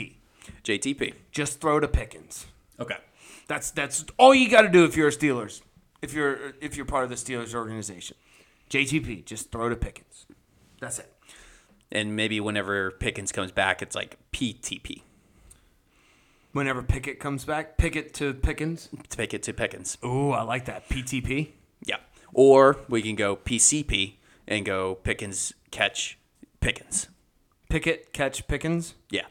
JTP.
Just throw to Pickens.
Okay.
That's that's all you got to do if you're a Steelers. If you're if you're part of the Steelers organization, JTP just throw to Pickens. That's it.
And maybe whenever Pickens comes back, it's like PTP.
Whenever Pickett comes back, Pickett to Pickens.
Take it to Pickens.
Ooh, I like that. PTP.
Yeah. Or we can go PCP and go Pickens catch Pickens.
Pickett catch Pickens.
Yeah.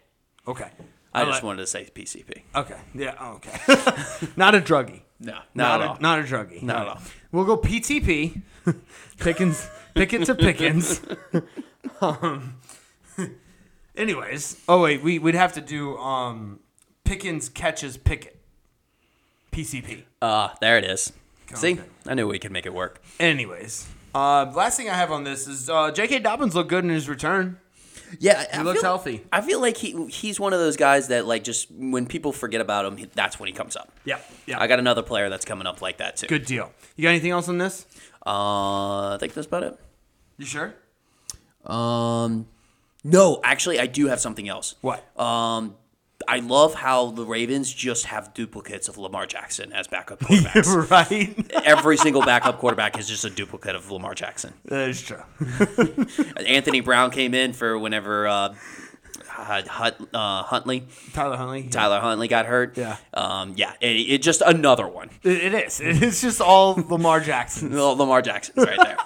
Okay.
I, just
like-
wanted to say PCP.
Okay. Yeah. oh, okay. not a druggie.
No.
Not, at
a,
all.
Not a druggie.
Not at all.
We'll go PTP. Pickens. Pickett to Pickens. um, anyways. Oh wait, we we'd have to do um, Pickens catches Pickett. PCP.
Uh, there it is. See,
Okay.
I knew we could make it work.
Anyways. Uh, last thing I have on this is uh, J.K. Dobbins looked good in his return.
Yeah, he
looks healthy.
I feel like he he's one of those guys that like just when people forget about him, he- that's when he comes up.
Yeah, yeah.
I got another player that's coming up like that too.
Good deal. You got anything else on this?
Uh, I think that's about it.
You sure?
Um, no, actually, I do have something else.
What?
Um, I love how the Ravens just have duplicates of Lamar Jackson as backup quarterbacks.
right.
Every single backup quarterback is just a duplicate of Lamar Jackson.
that is true.
Anthony Brown came in for whenever uh, Hunt, uh, Huntley,
Tyler Huntley.
Tyler Huntley got hurt.
Yeah.
um, yeah, it, it just another one.
It, it is. It's just all Lamar Jackson.
Well, Lamar Jackson's right there.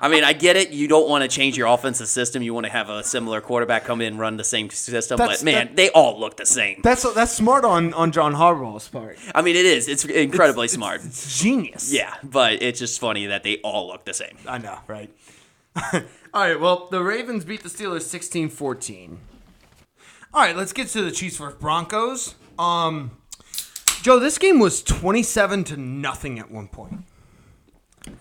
I mean, I get it. You don't want to change your offensive system. You want to have a similar quarterback come in, run the same system.
That's-
but man,
that-
they all look the same.
That's that's smart on on John Harbaugh's part.
I mean, it is. It's incredibly smart.
It's genius.
yeah, but it's just funny that they all look the same.
I know, right? all right. Well, the Ravens beat the Steelers 16-14. All right, let's get to the Chiefs versus Broncos. Um, Joe, this game was twenty-seven to nothing at one point.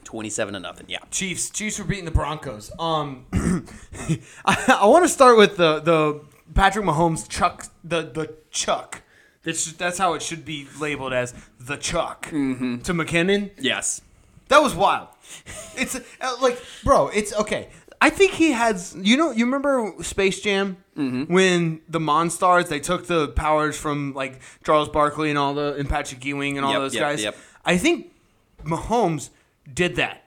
Twenty-seven to nothing. Yeah.
Chiefs. Chiefs were beating the Broncos. Um, I, I want to start with the the Patrick Mahomes chuck the the chuck. That's that's how it should be labeled as the chuck to McKinnon.
Yes.
That was wild. It's uh, like, bro, it's okay. I think he has. You know, you remember Space Jam
Mm-hmm.
when the Monstars they took the powers from like Charles Barkley and all the and Patrick Ewing and all
Yep,
those
yep,
guys.
yep.
I think Mahomes did that.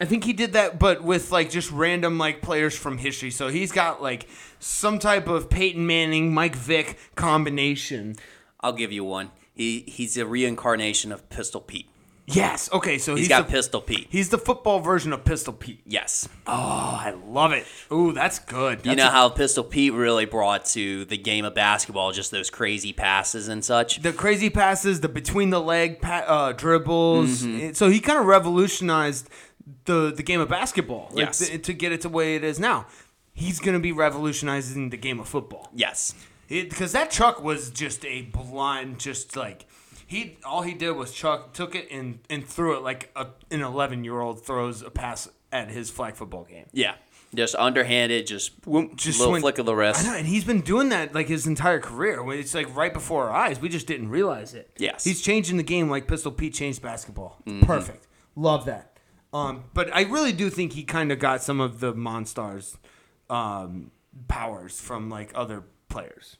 I think he did that, but with like just random like players from history. So he's got like some type of Peyton Manning, Mike Vick combination.
I'll give you one. He he's a reincarnation of Pistol Pete.
Yes. Okay. So he's,
he's got
the,
Pistol Pete.
he's the football version of Pistol Pete.
Yes.
Oh, I love it. Ooh, that's good.
You
That's
know
a-
how Pistol Pete really brought to the game of basketball just those crazy passes and such.
the crazy passes, the between the leg pa- uh, dribbles.
Mm-hmm.
It- So he kind of revolutionized the the game of basketball. like,
Yes.
to, to get it to the way it is now. He's going to be revolutionizing the game of football.
Yes.
Because that Chuck was just a blind, just like. He, all he did was Chuck took it and, and threw it like a, an 11 year old throws a pass at his flag football game.
Yeah. Just underhanded, just whoop,
just
little
went-
flick of the
I
wrist.
know, and he's been doing that like his entire career. When It's like right before our eyes. We just didn't realize it.
Yes.
he's changing the game like Pistol Pete changed basketball. Perfect. Love that. Um, but I really do think he kind of got some of the Monstars um, powers from like other players.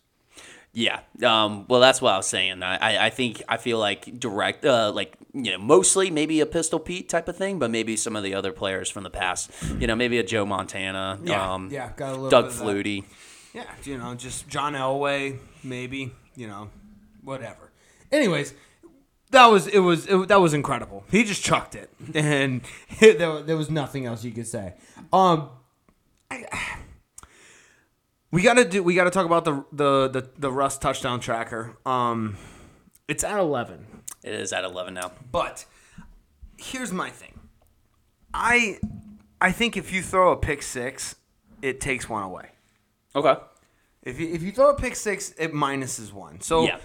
Yeah. Um, well, that's what I was saying. I, I, I think I feel like direct, uh, like you know, mostly maybe a Pistol Pete type of thing, but maybe some of the other players from the past. You know, maybe a Joe Montana.
Yeah,
Um,
yeah, got a little
Doug
bit of that.
Flutie.
Yeah, you know, just John Elway, maybe, you know, whatever. Anyways, that was it was it, that was incredible. He just chucked it, and there, wa- there was nothing else you could say. Um, I- we gotta do we gotta talk about the the the, the Russ touchdown tracker. Um, it's at eleven.
It is at eleven now.
But here's my thing. I I think if you throw a pick six, it takes one away.
Okay.
If you, if you throw a pick six, it minuses one. So
Yeah.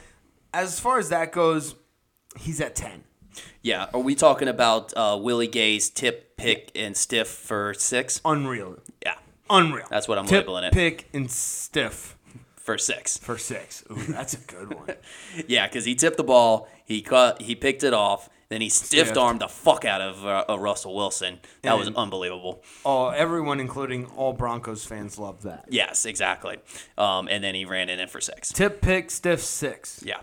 as far as that goes, he's at ten.
Yeah. Are we talking about uh, Willie Gay's tip, pick, and stiff for six?
Unreal.
Yeah.
Unreal.
That's what I'm
Tip,
labeling it.
Pick and stiff
for six.
for six. Ooh, that's a good one.
Yeah, because he tipped the ball, he cut, he picked it off, then he stiff armed the fuck out of uh, uh, Russell Wilson. That was
And-
unbelievable.
Oh, everyone, including all Broncos fans, loved that.
Yes, exactly. Um, and then he ran in it for six.
Tip pick stiff six.
Yeah.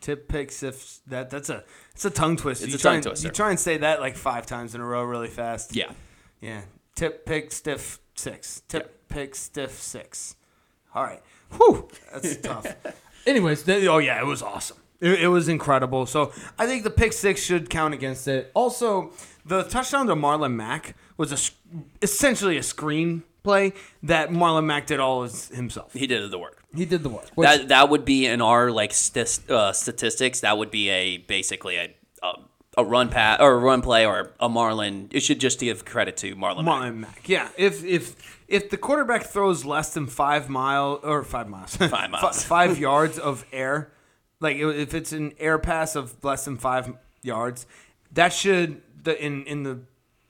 Tip pick stiff. That that's a it's a tongue twister.
It's
you
a
try
tongue
and,
twister.
You try and say that like five times in a row, really fast.
Yeah.
Yeah. Tip pick stiff six. Tip pick stiff six. All right. Whew. That's tough. Anyways, th- oh yeah, it was awesome. It, it was incredible. So I think the pick six should count against it. Also, the touchdown to Marlon Mack was a, s- essentially a screen play that Marlon Mack did all his, himself.
He did the work.
He did the work.
That that would be in our like st- uh, statistics. That would be a basically a a, a run pass or a run play or a Marlon. It should just give credit to Marlon. Mack.
Marlon Mack. Yeah, if if if the quarterback throws less than five mile or five miles, five
miles.
five yards of air, like i- if it's an air pass of less than five yards, that should the in in the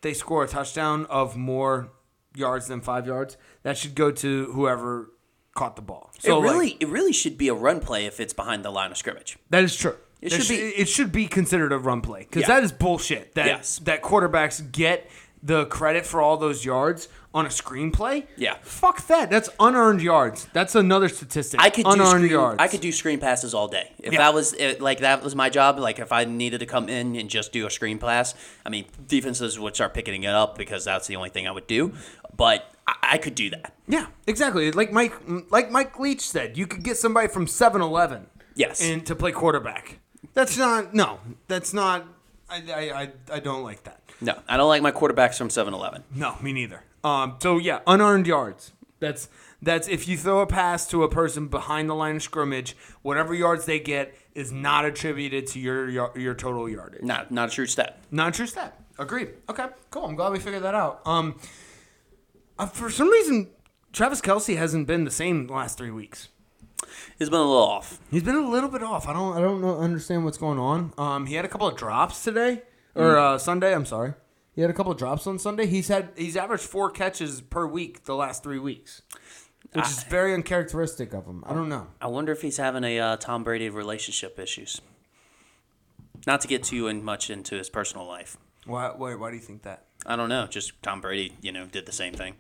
they score a touchdown of more yards than five yards. That should go to whoever caught the ball. So
it
like,
really it really should be a run play if it's behind the line of scrimmage.
that is true. It
should be-
It should be considered a run play because
Yeah.
that is bullshit. That
Yes.
that quarterbacks get the credit for all those yards on a screenplay.
Yeah.
Fuck that. That's unearned yards. That's another statistic.
I could do
unearned
screen,
yards.
I could do screen passes all day. If
Yeah.
that was eh, like that was my job, like if I needed to come in and just do a screen pass, I mean defenses would start picking it up because that's the only thing I would do. But I, I could do that.
Yeah, exactly. Like Mike, like Mike Leach said, you could get somebody from 7-Eleven.
Yes.
And to play quarterback. That's not. No. That's not. I I I, I don't like that.
No, I don't like my quarterbacks from 7-Eleven.
No, me neither. Um, so yeah, unearned yards. That's that's if you throw a pass to a person behind the line of scrimmage, whatever yards they get is not attributed to your your, your total yardage.
Not not a true stat.
Not a true stat. Agreed. Okay, cool. I'm glad we figured that out. Um, uh, for some reason, Travis Kelsey hasn't been the same the last three weeks.
It's been a little off.
He's been a little bit off. I don't I don't know, understand what's going on. Um, he had a couple of drops today or uh, Sunday. I'm sorry. He had a couple of drops on Sunday. He's had he's averaged four catches per week the last three weeks, which is very uncharacteristic of him. I don't know.
I wonder if he's having a uh, Tom Brady relationship issues. Not to get too in much into his personal life.
Why why, why do you think that?
I don't know. Just Tom Brady, you know, did the same thing.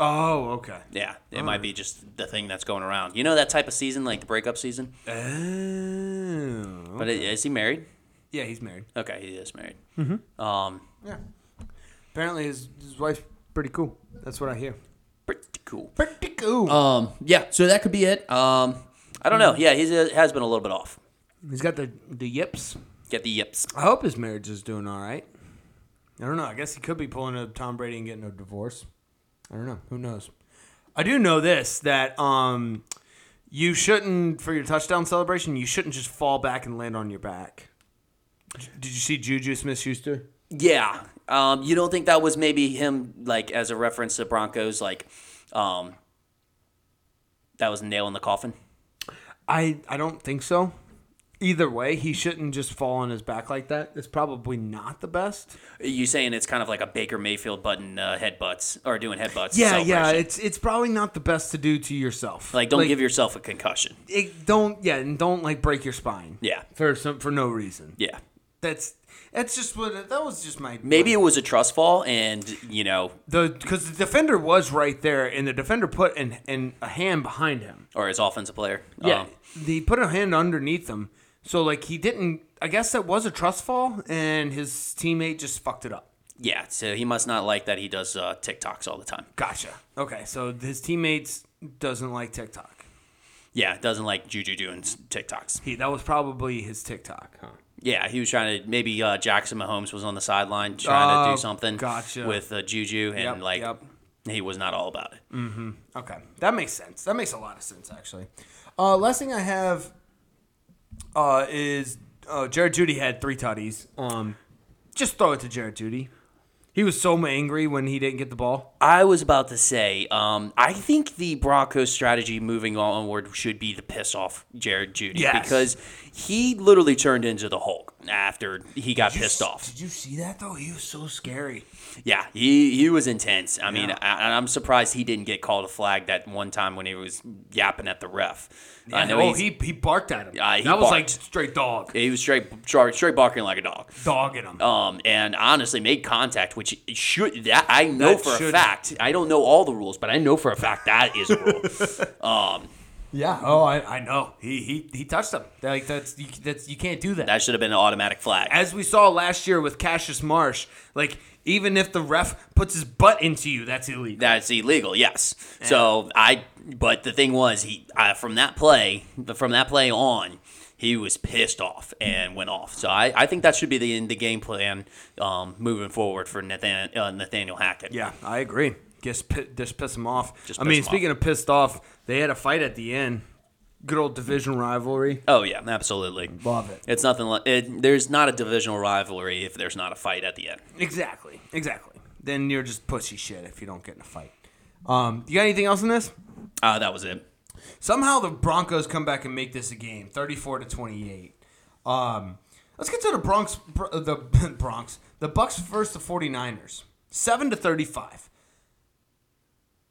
Oh, okay.
Yeah, it might be just the thing that's going around. You know that type of season, like the breakup season.
Oh.
But i- is he married?
Yeah, he's married.
Okay, he is married. Mm-hmm. Um,
Yeah. Apparently his his wife's pretty cool. That's what I hear.
pretty cool.
Pretty cool.
Um, yeah, so that could be it. Um,
I don't know. Yeah, he uh, has been a little bit off.
he's got the the yips.
Get the yips.
I hope his marriage is doing all right. I don't know. I guess he could be pulling a Tom Brady and getting a divorce. I don't know. Who knows? I do know this that um, you shouldn't for your touchdown celebration. You shouldn't just fall back and land on your back. J- Did you see Juju Smith-Schuster?
Yeah. Um, you don't think that was maybe him, like, as a reference to Broncos, like, um, that was a nail in the coffin?
I I don't think so. Either way, he shouldn't just fall on his back like that. It's probably not the best.
You saying it's kind of like a Baker Mayfield button uh, headbutts or doing headbutts?
Yeah, yeah.
celebration.
It's it's probably not the best to do to yourself.
like, don't give yourself a concussion.
it, don't yeah, and don't like break your spine.
Yeah.
for some for no reason.
Yeah.
That's that's just what that was just my
Maybe it was a trust fall, and you know,
the because the defender was right there, and the defender put an, an a hand behind him.
or his offensive player.
Yeah,
Um,
he put a hand underneath him, so like he didn't. I guess that was a trust fall, and his teammate just fucked it up.
yeah. So he must not like that he does uh, TikToks all the time.
Gotcha. Okay, so his teammates doesn't like TikTok.
Yeah, doesn't like Juju doing s- TikToks.
He that was probably his TikTok, huh?
Yeah, he was trying to maybe uh, Jackson Mahomes was on the sideline trying to
Oh,
do something
gotcha.
with uh, Juju, and
Yep,
like
yep.
he was not all about it.
Okay, that makes sense. That makes a lot of sense, actually. Uh, last thing I have uh, is uh, Jared Judy had three tutties. Um, just throw it to Jared Judy. He was so angry when he didn't get the ball.
I was about to say, um, I think the Broncos' strategy moving onward should be to piss off Jared Judy
Yes.
because he literally turned into the Hulk. after he got pissed off.
Did you see that though? He was so scary.
Yeah, he he was intense. I mean, I, I'm surprised he didn't get called a flag that one time when he was yapping at the ref. I know
oh,
he's-
he he barked at him.
Yeah, he
that was like
barked.
straight dog,
he was straight straight barking like a dog.
dogging him.
um, and honestly made contact, which it should that I know
That
for a
should-
fact. I don't know all the rules, but I know for a fact that is a rule.
Yeah. Oh, I, I know. He he he touched him. Like that's you, that's you can't do that.
that should have been an automatic flag.
As we saw last year with Cassius Marsh, like even if the ref puts his butt into you, that's illegal.
That's illegal. Yes. So I, but the thing was, he I, from that play, from that play on, he was pissed off and went off. So I, I think that should be the the game plan um, moving forward for Nathan, uh, Nathaniel Hackett.
yeah, I agree. Just pi- just piss him off.
Just
I
piss
mean,
him off.
speaking of pissed off, they had a fight at the end. Good old division rivalry.
Oh yeah, absolutely.
Love it.
It's nothing. Like, it, there's not a divisional rivalry if there's not a fight at the end.
Exactly. Exactly. Then you're just pussy shit if you don't get in a fight. Um, you got anything else in this?
Uh, that was it.
Somehow the Broncos come back and make this a game, thirty-four to twenty-eight. Um, let's get to the Bronx, Br- the Bronx, the Bucks versus the 49ers, seven to thirty-five.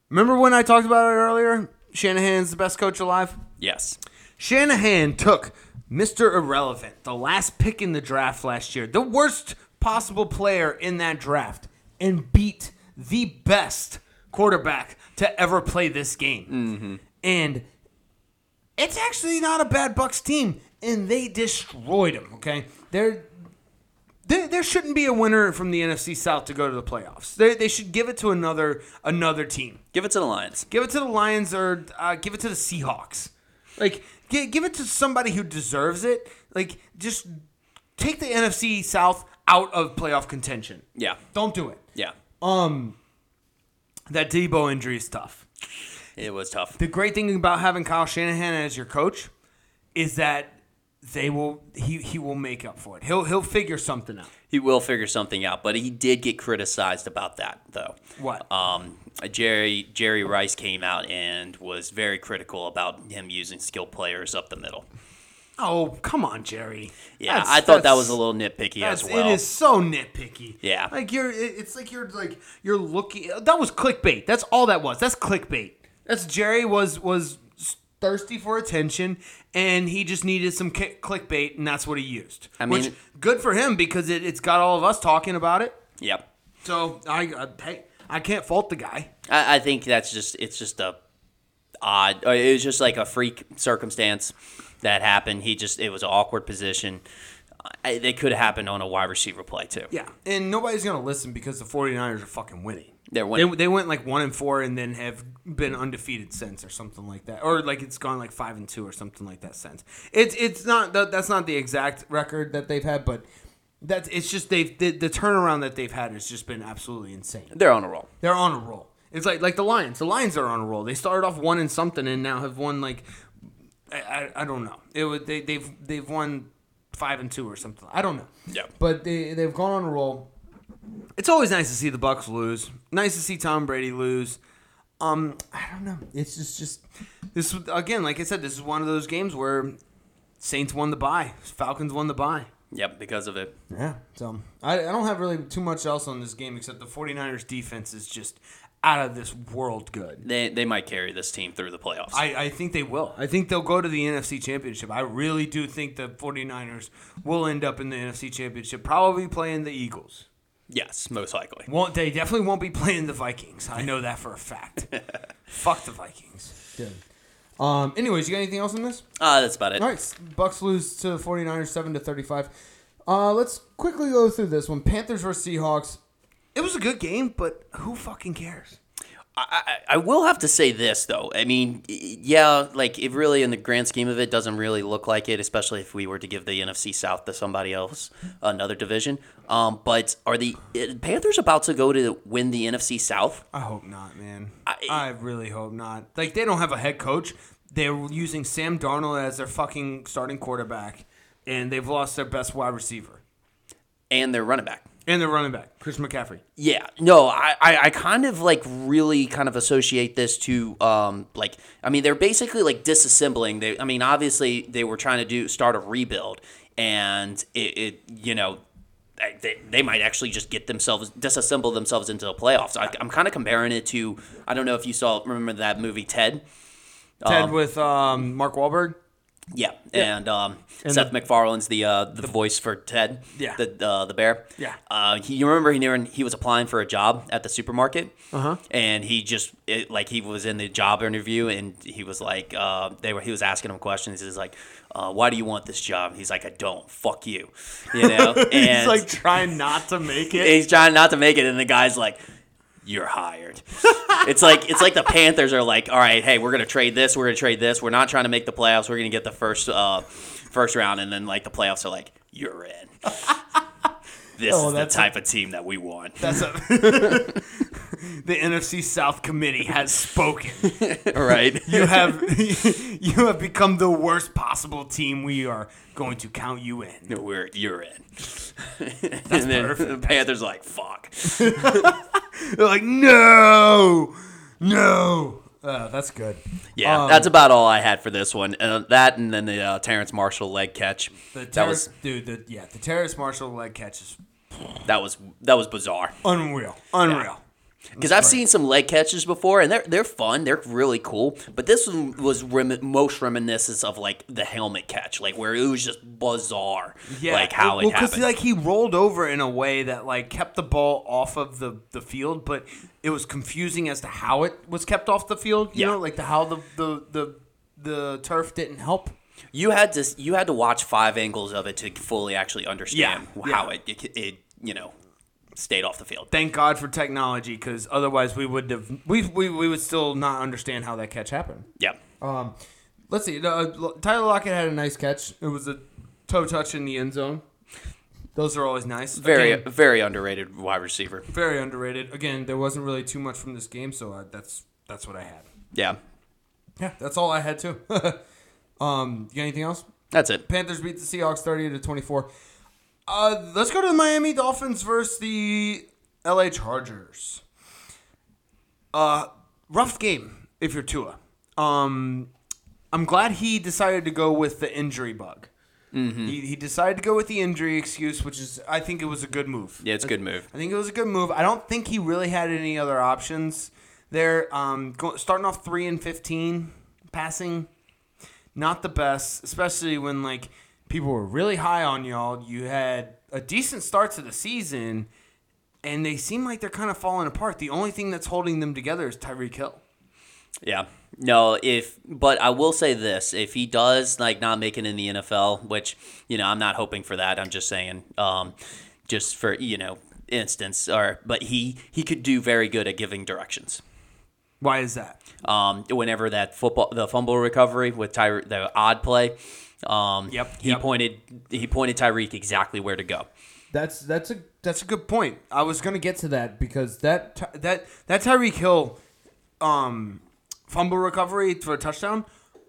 Remember when I talked about it earlier? Shanahan's the best coach alive.
Yes.
Shanahan took Mr. Irrelevant, the last pick in the draft last year, the worst possible player in that draft, and beat the best quarterback to ever play this game. And it's actually not a bad Bucks team, and they destroyed them. Okay, they're. There, there shouldn't be a winner from the NFC South to go to the playoffs. They, they should give it to another another team.
Give it to the Lions.
Give it to the Lions or uh, give it to the Seahawks. Like, give, give it to somebody who deserves it. Like, just take the NFC South out of playoff contention.
Yeah.
Don't do it.
Yeah.
That Debo injury is tough.
It was tough.
The great thing about having Kyle Shanahan as your coach is that they will he he will make up for it. He'll he'll figure something out.
He will figure something out, but he did get criticized about that though.
What?
Um, Jerry Jerry Rice came out and was very critical about him using skilled players up the middle.
Oh, come on, Jerry.
Yeah,
That's-
I thought that
that's-
was a little nitpicky
That's-
as well.
It is so nitpicky.
Yeah.
like you're. it- It's like you're like you're looking. That was clickbait. That's all that was. That's clickbait. That's Jerry was was thirsty for attention, and he just needed some ki- clickbait, and that's what he used.
I
Which,
mean-
good for him because it, it's got all of us talking about it.
Yep.
So I, I hey, I can't fault the guy.
I, I think that's just it's just a odd. uh, It was just like a freak circumstance that happened. He just it was an awkward position. I, it could have happened on a wide receiver play too.
Yeah, and nobody's gonna listen because the 49ers are fucking winning.
They're winning.
They, they went like one and four, and then have been undefeated since, or something like that, or like it's gone like five and two, or something like that since. It's it's not that that's not the exact record that they've had, but that's it's just they've the, the turnaround that they've had has just been absolutely insane.
They're on a roll.
They're on a roll. It's like like the Lions. The Lions are on a roll. They started off one and something, and now have won like I, I, I don't know. It would they they've they've won five and two or something. I don't know.
Yeah.
But they they've gone on a roll. It's always nice to see the Bucks lose. Nice to see Tom Brady lose. Um, I don't know. It's just just this again. Like I said, this is one of those games where Saints won the bye, Falcons won the bye.
Yep, because of it.
Yeah. So I, I don't have really too much else on this game except the 49ers defense is just out of this world good.
They they might carry this team through the playoffs.
I, I think they will. I think they'll go to the NFC Championship. I really do think the 49ers will end up in the NFC Championship, probably playing the Eagles.
yes, most likely.
Won't they definitely won't be playing the Vikings. I know that for a fact. Fuck the Vikings. Dude. Um anyways, you got anything else on this?
Ah, that's about it.
All right, Bucks lose to the 49ers 7 to 35. Uh, let's quickly go through this one. Panthers versus Seahawks. It was a good game, but who fucking cares?
I, I I will have to say this though. I mean, y- yeah, like it really in the grand scheme of it doesn't really look like it, especially if we were to give the NFC South to somebody else, another division. Um, but are the uh, Panthers about to go to win the NFC South?
I hope not, man. I,
I-
really hope not. Like they don't have a head coach. They're using Sam Darnold as their fucking starting quarterback, and they've lost their best wide receiver
and their running back.
and their running back, Chris McCaffrey.
Yeah, no, I, I, I kind of like really kind of associate this to um like I mean they're basically like disassembling. They I mean obviously they were trying to do start a rebuild and it, it you know they, they might actually just get themselves disassemble themselves into the playoffs. I, I'm kind of comparing it to I don't know if you saw remember that movie Ted.
Ted with um, Mark Wahlberg.
Yeah, and, um, Seth MacFarlane's the, uh, the voice for Ted,
Yeah.
the uh, the bear.
Yeah.
uh, he, you remember he never, he was applying for a job at the supermarket, uh-huh. and he just it, like he was in the job interview, and he was like, uh, they were he was asking him questions. He's like, uh, why do you want this job? He's like, I don't. Fuck you, you know. and
He's like trying not to make
and
it.
he's trying not to make it, and the guy's like, "You're hired." it's like it's like the Panthers are like, "All right, hey, we're gonna trade this. We're gonna trade this. We're not trying to make the playoffs. We're gonna get the first uh, first round, and then like the playoffs are like, you're in." This
Oh,
is the
that's a-
type of team that we want.
That's a- the NFC South committee has spoken.
right?
You have you have become the worst possible team. We are going to count you in.
We're you're in. and then the Panthers are like, "Fuck."
They're like, no, no. Uh, that's good.
Yeah,
Um,
that's about all I had for this one. Uh, that and then the uh, Terrence Marshall leg catch.
The
that
terrace,
was
dude. The, yeah, the terrace marshal leg catch is
that was that was bizarre.
unreal. Unreal.
Because I've seen some leg catches before, and they're they're fun. They're really cool. But this one was rem- most reminiscent of like the helmet catch, like where it was just bizarre, like how it,
well, 'cause,
happened.
like he rolled over in a way that like kept the ball off of the the field, but it was confusing as to how it was kept off the field. You
Yeah.
know, like the how the the the, the turf didn't help.
you had to you had to watch five angles of it to fully actually understand
Yeah,
how
yeah.
It, it it you know stayed off the field.
Thank God for technology, because otherwise we would have we, we we would still not understand how that catch happened.
Yeah,
Um, let's see. Uh, Tyler Lockett had a nice catch. It was a toe touch in the end zone. Those are always nice.
very
Again,
very underrated wide receiver.
very underrated. Again, there wasn't really too much from this game, so I, that's that's what I had.
Yeah,
Yeah, that's all I had too. um, you got anything else?
that's it.
Panthers beat the Seahawks thirty to twenty four. Uh, let's go to the Miami Dolphins versus the LA Chargers. Uh, rough game if you're Tua. Um, I'm glad he decided to go with the injury bug. He, he decided to go with the injury excuse, which is I think it was a good move.
Yeah, it's a good move.
I think it was a good move. I don't think he really had any other options there. Um, go, starting off three and fifteen passing, not the best, especially when like people were really high on y'all. You had a decent start to the season, and they seem like they're kind of falling apart. The only thing that's holding them together is Tyreek Hill.
Yeah. No, if but I will say this: if he does like not make it in the NFL, which you know I'm not hoping for that. I'm just saying, um, just for you know instance, or but he he could do very good at giving directions.
Why is that?
Um, whenever that football the fumble recovery with Tyre the odd play, um,
Yep,
he
yep.
pointed he pointed Tyreek exactly where to go.
That's that's a that's a good point. I was gonna get to that because that Ty- that that Tyreek Hill, um, fumble recovery for a touchdown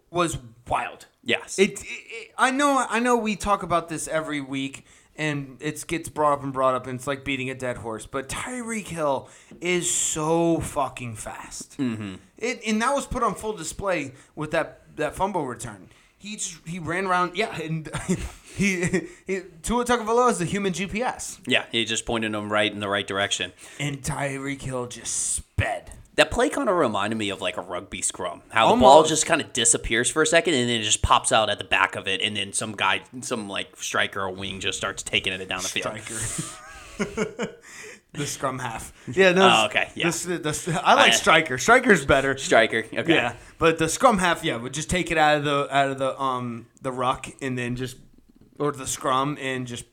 was wild.
Yes.
It, it, it I know I know we talk about this every week and it gets brought up and brought up and it's like beating a dead horse, but Tyreek Hill is so fucking fast. Mm-hmm. It and that was put on full display with that that fumble return. He just, he ran around yeah and he, he Tua Tagovailoa is the human GPS.
yeah, he just pointed him right in the right direction.
And Tyreek Hill just sped.
That play kind of reminded me of like a rugby scrum. How the ball
Almost.
just kind of disappears for a second and then it just pops out at the back of it, and then some guy, some like striker or wing, just starts taking it down the field.
Striker. the scrum half. Yeah, no.
Oh, okay, yeah.
this- this- I like
I-
striker. Striker's better.
Striker. Okay.
Yeah, but the scrum half, yeah, would just take it out of the out of the um the ruck and then just or the scrum and just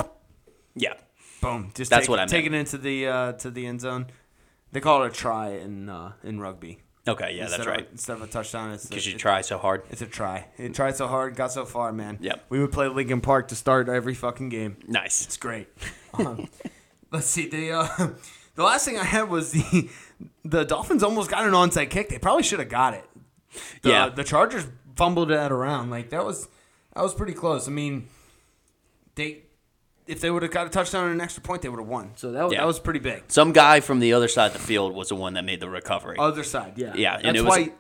Yeah.
boom, just
That's
take,
what I
take it
meant.
into the uh, to the end zone. They call it a try in uh, in rugby.
Okay. Yeah,
instead
that's
of-
right.
instead of a touchdown, it's
Because
a,
you try so hard.
It's a try. It tried so hard, got so far, man.
Yep.
We would play Lincoln Park to start every fucking game.
Nice.
It's great. Um, let's see. The uh, the last thing I had was the the Dolphins almost got an onside kick. They probably should have got it. The,
Yeah.
The Chargers fumbled that around. Like that was that was pretty close. I mean, they if they would have got a touchdown and an extra point, they would have won. So that was,
Yeah.
that was pretty big.
Some
Oh,
guy from the other side of the field was the one that made the recovery.
Other side, yeah.
Yeah, and
That's
it was-
why.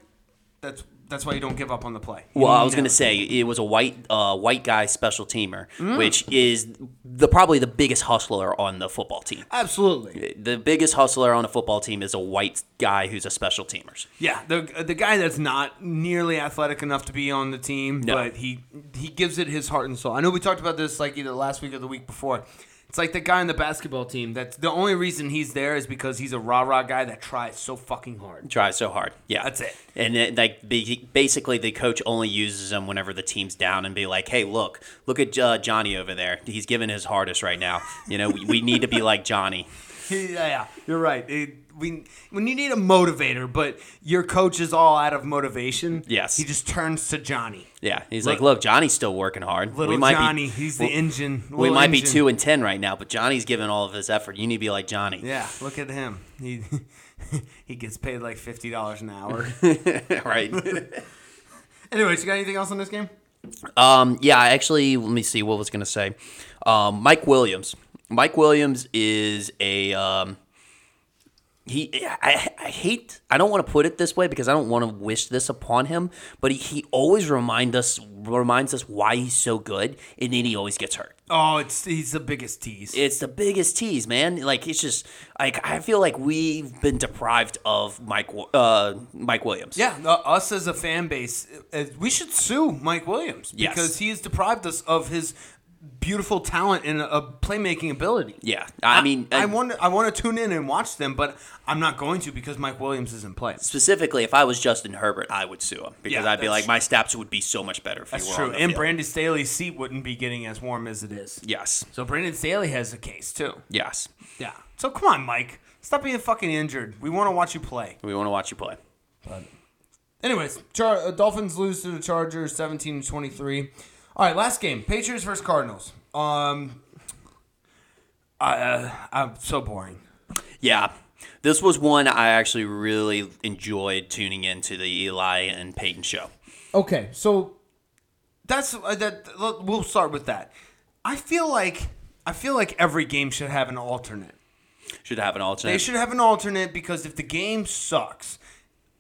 That's That's why you don't give up on the play. You
Well, I was
never-
going to say it was a white uh, white guy special teamer,
Mm.
which is the probably the biggest hustler on the football team.
Absolutely.
The biggest hustler on a football team is a white guy who's a special teamer.
Yeah, the the guy that's not nearly athletic enough to be on the team, but he he gives it his heart and soul. I know we talked about this like either last week or the week before. It's like the guy on the basketball team. That's the only reason he's there is because he's a rah rah guy that tries so fucking hard.
Try so hard. Yeah,
That's it.
And it, like be- basically, the coach only uses him whenever the team's down and be like, "Hey, look, look at uh, Johnny over there. He's giving his hardest right now. You know, we, we need to be like Johnny."
yeah, yeah, you're right. It- we when you need a motivator, but your coach is all out of motivation.
Yes.
he just turns to Johnny.
Yeah, he's like,
Look-
"Look, Johnny's still working hard.
Little
might be-
Johnny, he's the
we-
engine.
We
Little
might be
engine.
two and ten right now, but Johnny's giving all of his effort. You need to be like Johnny.
Yeah, look at him. He he gets paid like fifty dollars an hour.
right.
Anyways, you got anything else on this game?
um, yeah, I actually, let me see what I was gonna say. Um, Mike Williams. Mike Williams is a um, he. I, I hate. I don't want to put it this way because I don't want to wish this upon him. But he, he always remind us reminds us why he's so good, and then he always gets hurt.
Oh, it's he's the biggest tease.
It's the biggest tease, man. Like it's just like I feel like we've been deprived of Mike Wi- uh, Mike Williams.
yeah, uh, us as a fan base, uh, we should sue Mike Williams
Yes.
because he has deprived us of his beautiful talent and a a playmaking ability.
Yeah, I, mean,
I,
and
want to, I want to tune in and watch them, but I'm not going to because Mike Williams isn't playing.
specifically, if I was Justin Herbert, I would sue him because
Yeah,
I'd be
that's-
like, my stats would be so much better if he
That's
were
true.
on the
And
field.
Brandon Staley's seat wouldn't be getting as warm as it is.
Yes,
So Brandon Staley has a case too.
yes,
Yeah. So come on, Mike. Stop being fucking injured. We want to watch you play.
we want to watch you play.
Anyways, Char- uh, Dolphins lose to the Chargers 17 to 23. All right, last game Patriots versus Cardinals. Um, I, uh, I'm so boring.
Yeah, this was one I actually really enjoyed tuning into the Eli and Peyton show.
Okay, so that's uh, that. let- We'll start with that. I feel like I feel like every game should have an alternate.
Should have an
They
alternate.
should have an alternate because if the game sucks,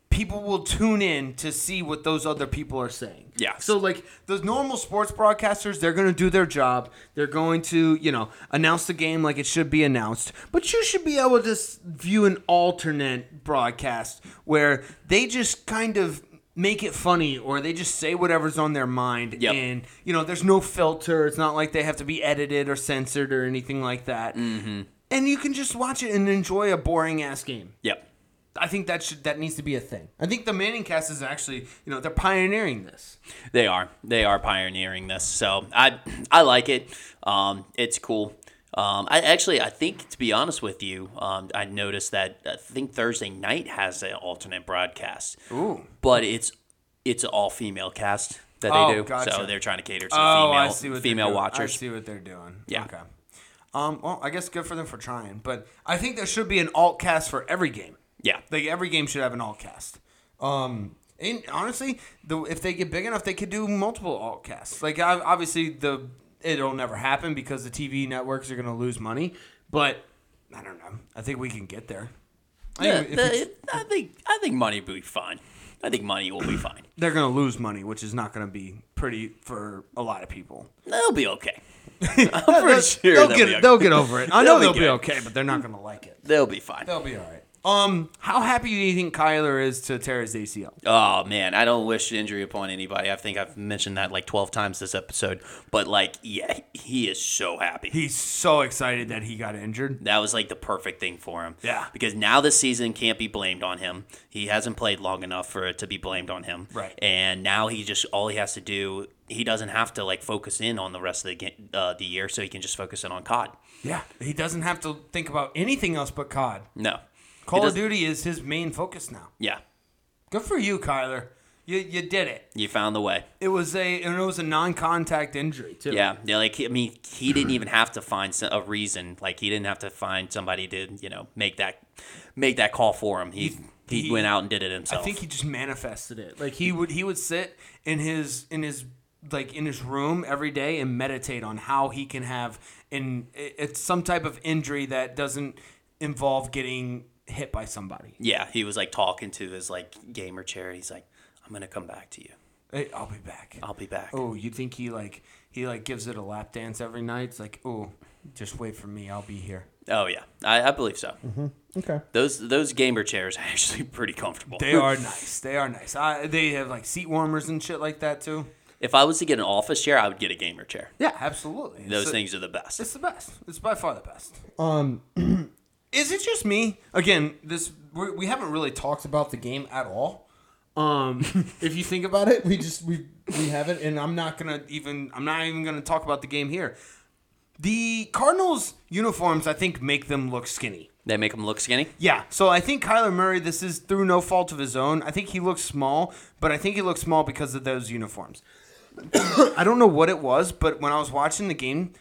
people will tune in to see what those other people are saying.
Yeah.
So like those normal sports broadcasters, they're going to do their job. They're going to, you know, announce the game like it should be announced. But you should be able to s- view an alternate broadcast where they just kind of make it funny or they just say whatever's on their mind
Yep.
and you know there's no filter it's not like they have to be edited or censored or anything like that and you can just watch it and enjoy a boring ass game.
yep.
I think that should that needs to be a thing. I think the Manning cast is actually, you know, they're pioneering this.
They are. They are pioneering this. So I I like it. Um, it's cool. Um, I actually I think to be honest with you, um, I noticed that I think Thursday night has an alternate broadcast.
Ooh.
But it's it's all female cast that they
Oh,
do.
gotcha.
So they're trying to cater to
Oh,
female
I see what
female
they're doing.
watchers.
I see what they're doing.
Yeah.
Okay. Um, well, I guess good for them for trying, but I think there should be an alt cast for every game.
Yeah.
Like every game should have an alt cast. Um, and honestly, the, if they get big enough, they could do multiple alt casts. Like I, obviously, the it'll never happen because the TV networks are going to lose money. But I don't know. I think we can get there. I
Yeah,
think if
the-
it's-
I think I think money will be fine. I think money will be fine.
they're going to lose money, which is not going to be pretty for a lot of people.
They'll be okay. I'm pretty sure
they'll,
they'll
get
be okay.
they'll get over it. I know they'll
They'll be
be, okay, but they're not going to like it.
They'll be fine.
They'll be all right. Um, how happy do you think Kyler is to tear his ACL?
Oh man, I don't wish injury upon anybody. I think I've mentioned that like twelve times this episode. But like, yeah, he is so happy.
He's so excited that he got injured.
that was like the perfect thing for him.
Yeah.
Because now this season can't be blamed on him. He hasn't played long enough for it to be blamed on him.
Right.
And now he just all he has to do he doesn't have to like focus in on the rest of the game, uh, the year, so he can just focus in on COD.
Yeah, he doesn't have to think about anything else but COD.
No.
Call of
doesn't-
Duty is his main focus now.
Yeah.
Good for you, Kyler. You you did it.
You found the way.
It was a and it was a non-contact injury too.
Yeah, yeah. Like I mean, he didn't even have to find s- a reason. Like he didn't have to find somebody to you know make that make that call for him. He he,
he-
went out and did it himself.
I think he just manifested it. Like he would he would sit in his in his like in his room every day and meditate on how he can have an it- it's some type of injury that doesn't involve getting hit by somebody.
yeah, he was like talking to his like gamer chair. He's like, I'm gonna come back to you.
Hey, I'll be back.
I'll be back.
Oh, you think he like he like gives it a lap dance every night? It's like, oh, just wait for me. I'll be here.
Oh yeah, I, I believe so.
Mm-hmm.
Okay.
Those those gamer chairs are actually pretty comfortable.
They are nice. They are nice. I, they have like seat warmers and shit like that too.
If I was to get an office chair, I would get a gamer chair.
Yeah, absolutely.
Those
It's-
things are the best.
It's the best. It's by far the best.
Um,
Is it just me? Again, this we we haven't really talked about the game at all. Um, if you think about it,
we just we we haven't, and I'm
I'm not gonna even I'm not even gonna talk about the game here. The Cardinals uniforms, I think, make them look skinny.
They make them look skinny.
Yeah, so I think Kyler Murray, this is through no fault of his own. I think he looks small, but I think he looks small because of those uniforms. I don't know what it was, but when I was watching the game,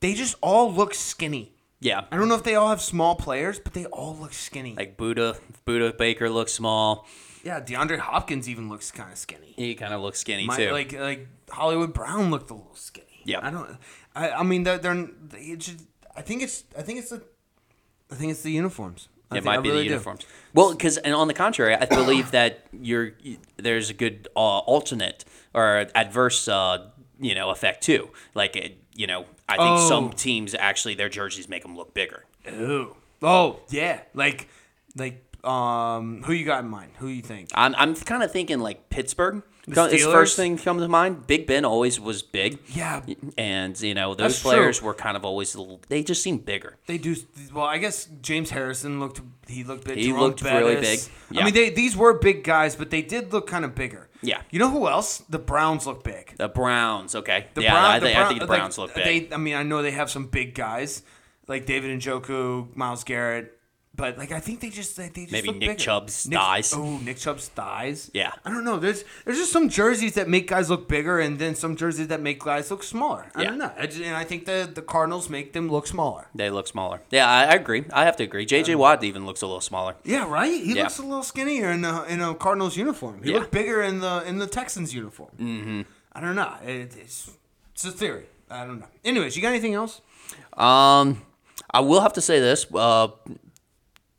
they just all look skinny.
Yeah,
I don't know if they all have small players, but they all look skinny.
like Buddha Buddha Baker looks small.
yeah, DeAndre Hopkins even looks kind of skinny.
He kind of looks skinny
My,
too.
like like Hollywood Brown looked a little skinny.
Yeah.
I don't. I, I mean they're, they're it should, I think it's I think it's the I think it's the uniforms. I
it
think-
might
I
be
really
the
do.
uniforms. Well, because and on the contrary, I believe that you're there's a good uh, alternate or adverse uh, you know effect too. Like it, you know, I think
Oh.
some teams actually their jerseys make them look bigger.
Ooh. Oh yeah, like like um, who you got in mind? Who you think?
I'm I'm kind of thinking like Pittsburgh.
The
His
Steelers?
first thing comes to mind. Big Ben always was big.
Yeah.
and you know those
That's true.
players were kind of always a little- they just seemed bigger.
They do well. I guess James Harrison looked he looked big.
He
Jerome
looked really
Bettis.
big.
I
Yeah.
mean, they these were big guys, but they did look kind of bigger.
Yeah.
You know who else? The Browns look big.
The Browns, okay,
The
yeah,
Brown-
I, thi- I think the
Brown-
Browns
like,
look big.
They, I mean, I know they have some big guys like David Njoku, Miles Garrett, but like I think they just they, they just
Maybe
look
Nick
bigger.
Chubb's
Nick-
thighs.
Oh, Nick Chubb's thighs.
Yeah.
I don't know. There's there's just some jerseys that make guys look bigger, and then some jerseys that make guys look smaller. I
Yeah.
don't know. I just, and I think the the Cardinals make them look smaller.
They look smaller. Yeah, I, I agree. I have to agree. JJ
Um,
Watt even looks a little smaller.
Yeah, right. He
Yeah.
looks a little skinnier in a in a Cardinals uniform. He
Yeah.
looked bigger in the in the Texans uniform. Mm-hmm. I don't know. It, it's it's a theory. I don't know. Anyways, you got anything else?
Um, I will have to say this uh,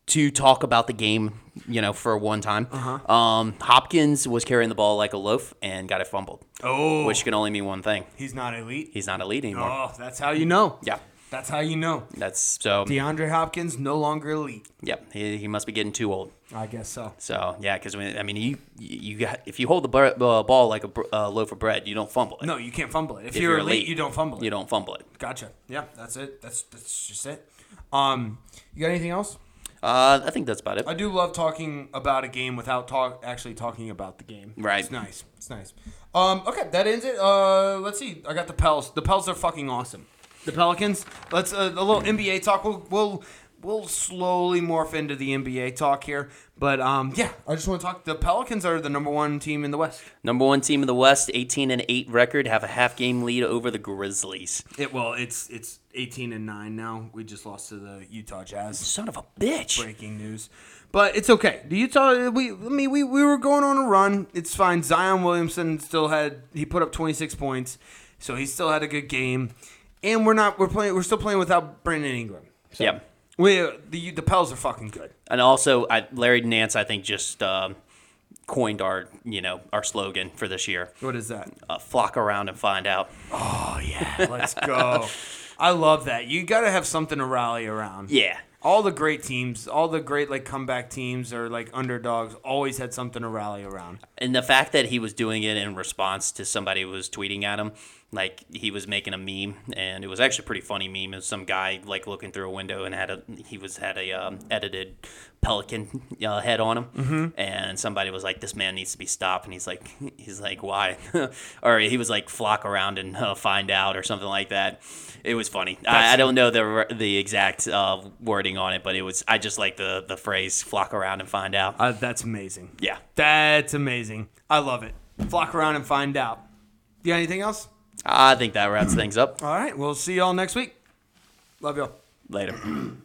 to talk about the game, you know, for one time.
Uh-huh.
Um, Hopkins was carrying the ball like a loaf and got it fumbled,
Oh,
which can only mean one thing:
He's not elite.
he's not elite anymore.
oh, that's how you know.
Yeah,
That's how you know.
that's so.
DeAndre Hopkins no longer elite.
Yeah, he, he must be getting too old.
I guess so.
So yeah, because I mean, you you got if you hold the bar, uh, ball like a br- uh, loaf of bread, you don't fumble it.
No, you can't fumble it. If,
If
you're, elite, you don't fumble it.
You don't fumble it.
Gotcha. Yeah, that's it. That's that's just it. Um, you got anything else?
Uh, I think that's about it.
I do love talking about a game without talk actually talking about the game.
Right.
It's nice. It's nice. Um, okay, that ends it. Uh, let's see. I got the Pels. The Pels are fucking awesome. The Pelicans. Let's uh, a little NBA talk. We'll we'll we'll slowly morph into the NBA talk here. But um, yeah, I just want to talk. The Pelicans are the number one team in the West.
Number one team in the West, eighteen and eight record, have a half game lead over the Grizzlies.
It well, it's it's eighteen and nine now. We just lost to the Utah Jazz.
Son of a bitch.
breaking news. But it's okay. The Utah, we, I mean, we, we were going on a run. It's fine. Zion Williamson still had he put up 26 points, so he still had a good game. And we're not we're playing we're still playing without Brandon Ingram. So
Yeah,
we the the Pels are fucking good.
and also I, Larry Nance, I think just um, coined our you know our slogan for this year:
What is that?
uh, flock around and find out.
Oh yeah, let's go. I love that. You got to have something to rally around.
Yeah,
All the great teams, all the great like comeback teams or like underdogs always had something to rally around.
and the fact that he was doing it in response to somebody who was tweeting at him like he was making a meme and it was actually a pretty funny meme of some guy like looking through a window and had a he was had a um, edited pelican uh, head on him and somebody was like this man needs to be stopped and he's like he's like why or he was like flock around and uh, find out or something like that it was funny I, I don't know the the exact uh, wording on it but it was i just like the the phrase flock around and find out
Uh, that's amazing.
yeah
That's amazing. I love it. Flock around and find out. You got anything else?
I think that wraps things up.
All right. We'll see y'all next week. Love y'all.
Later.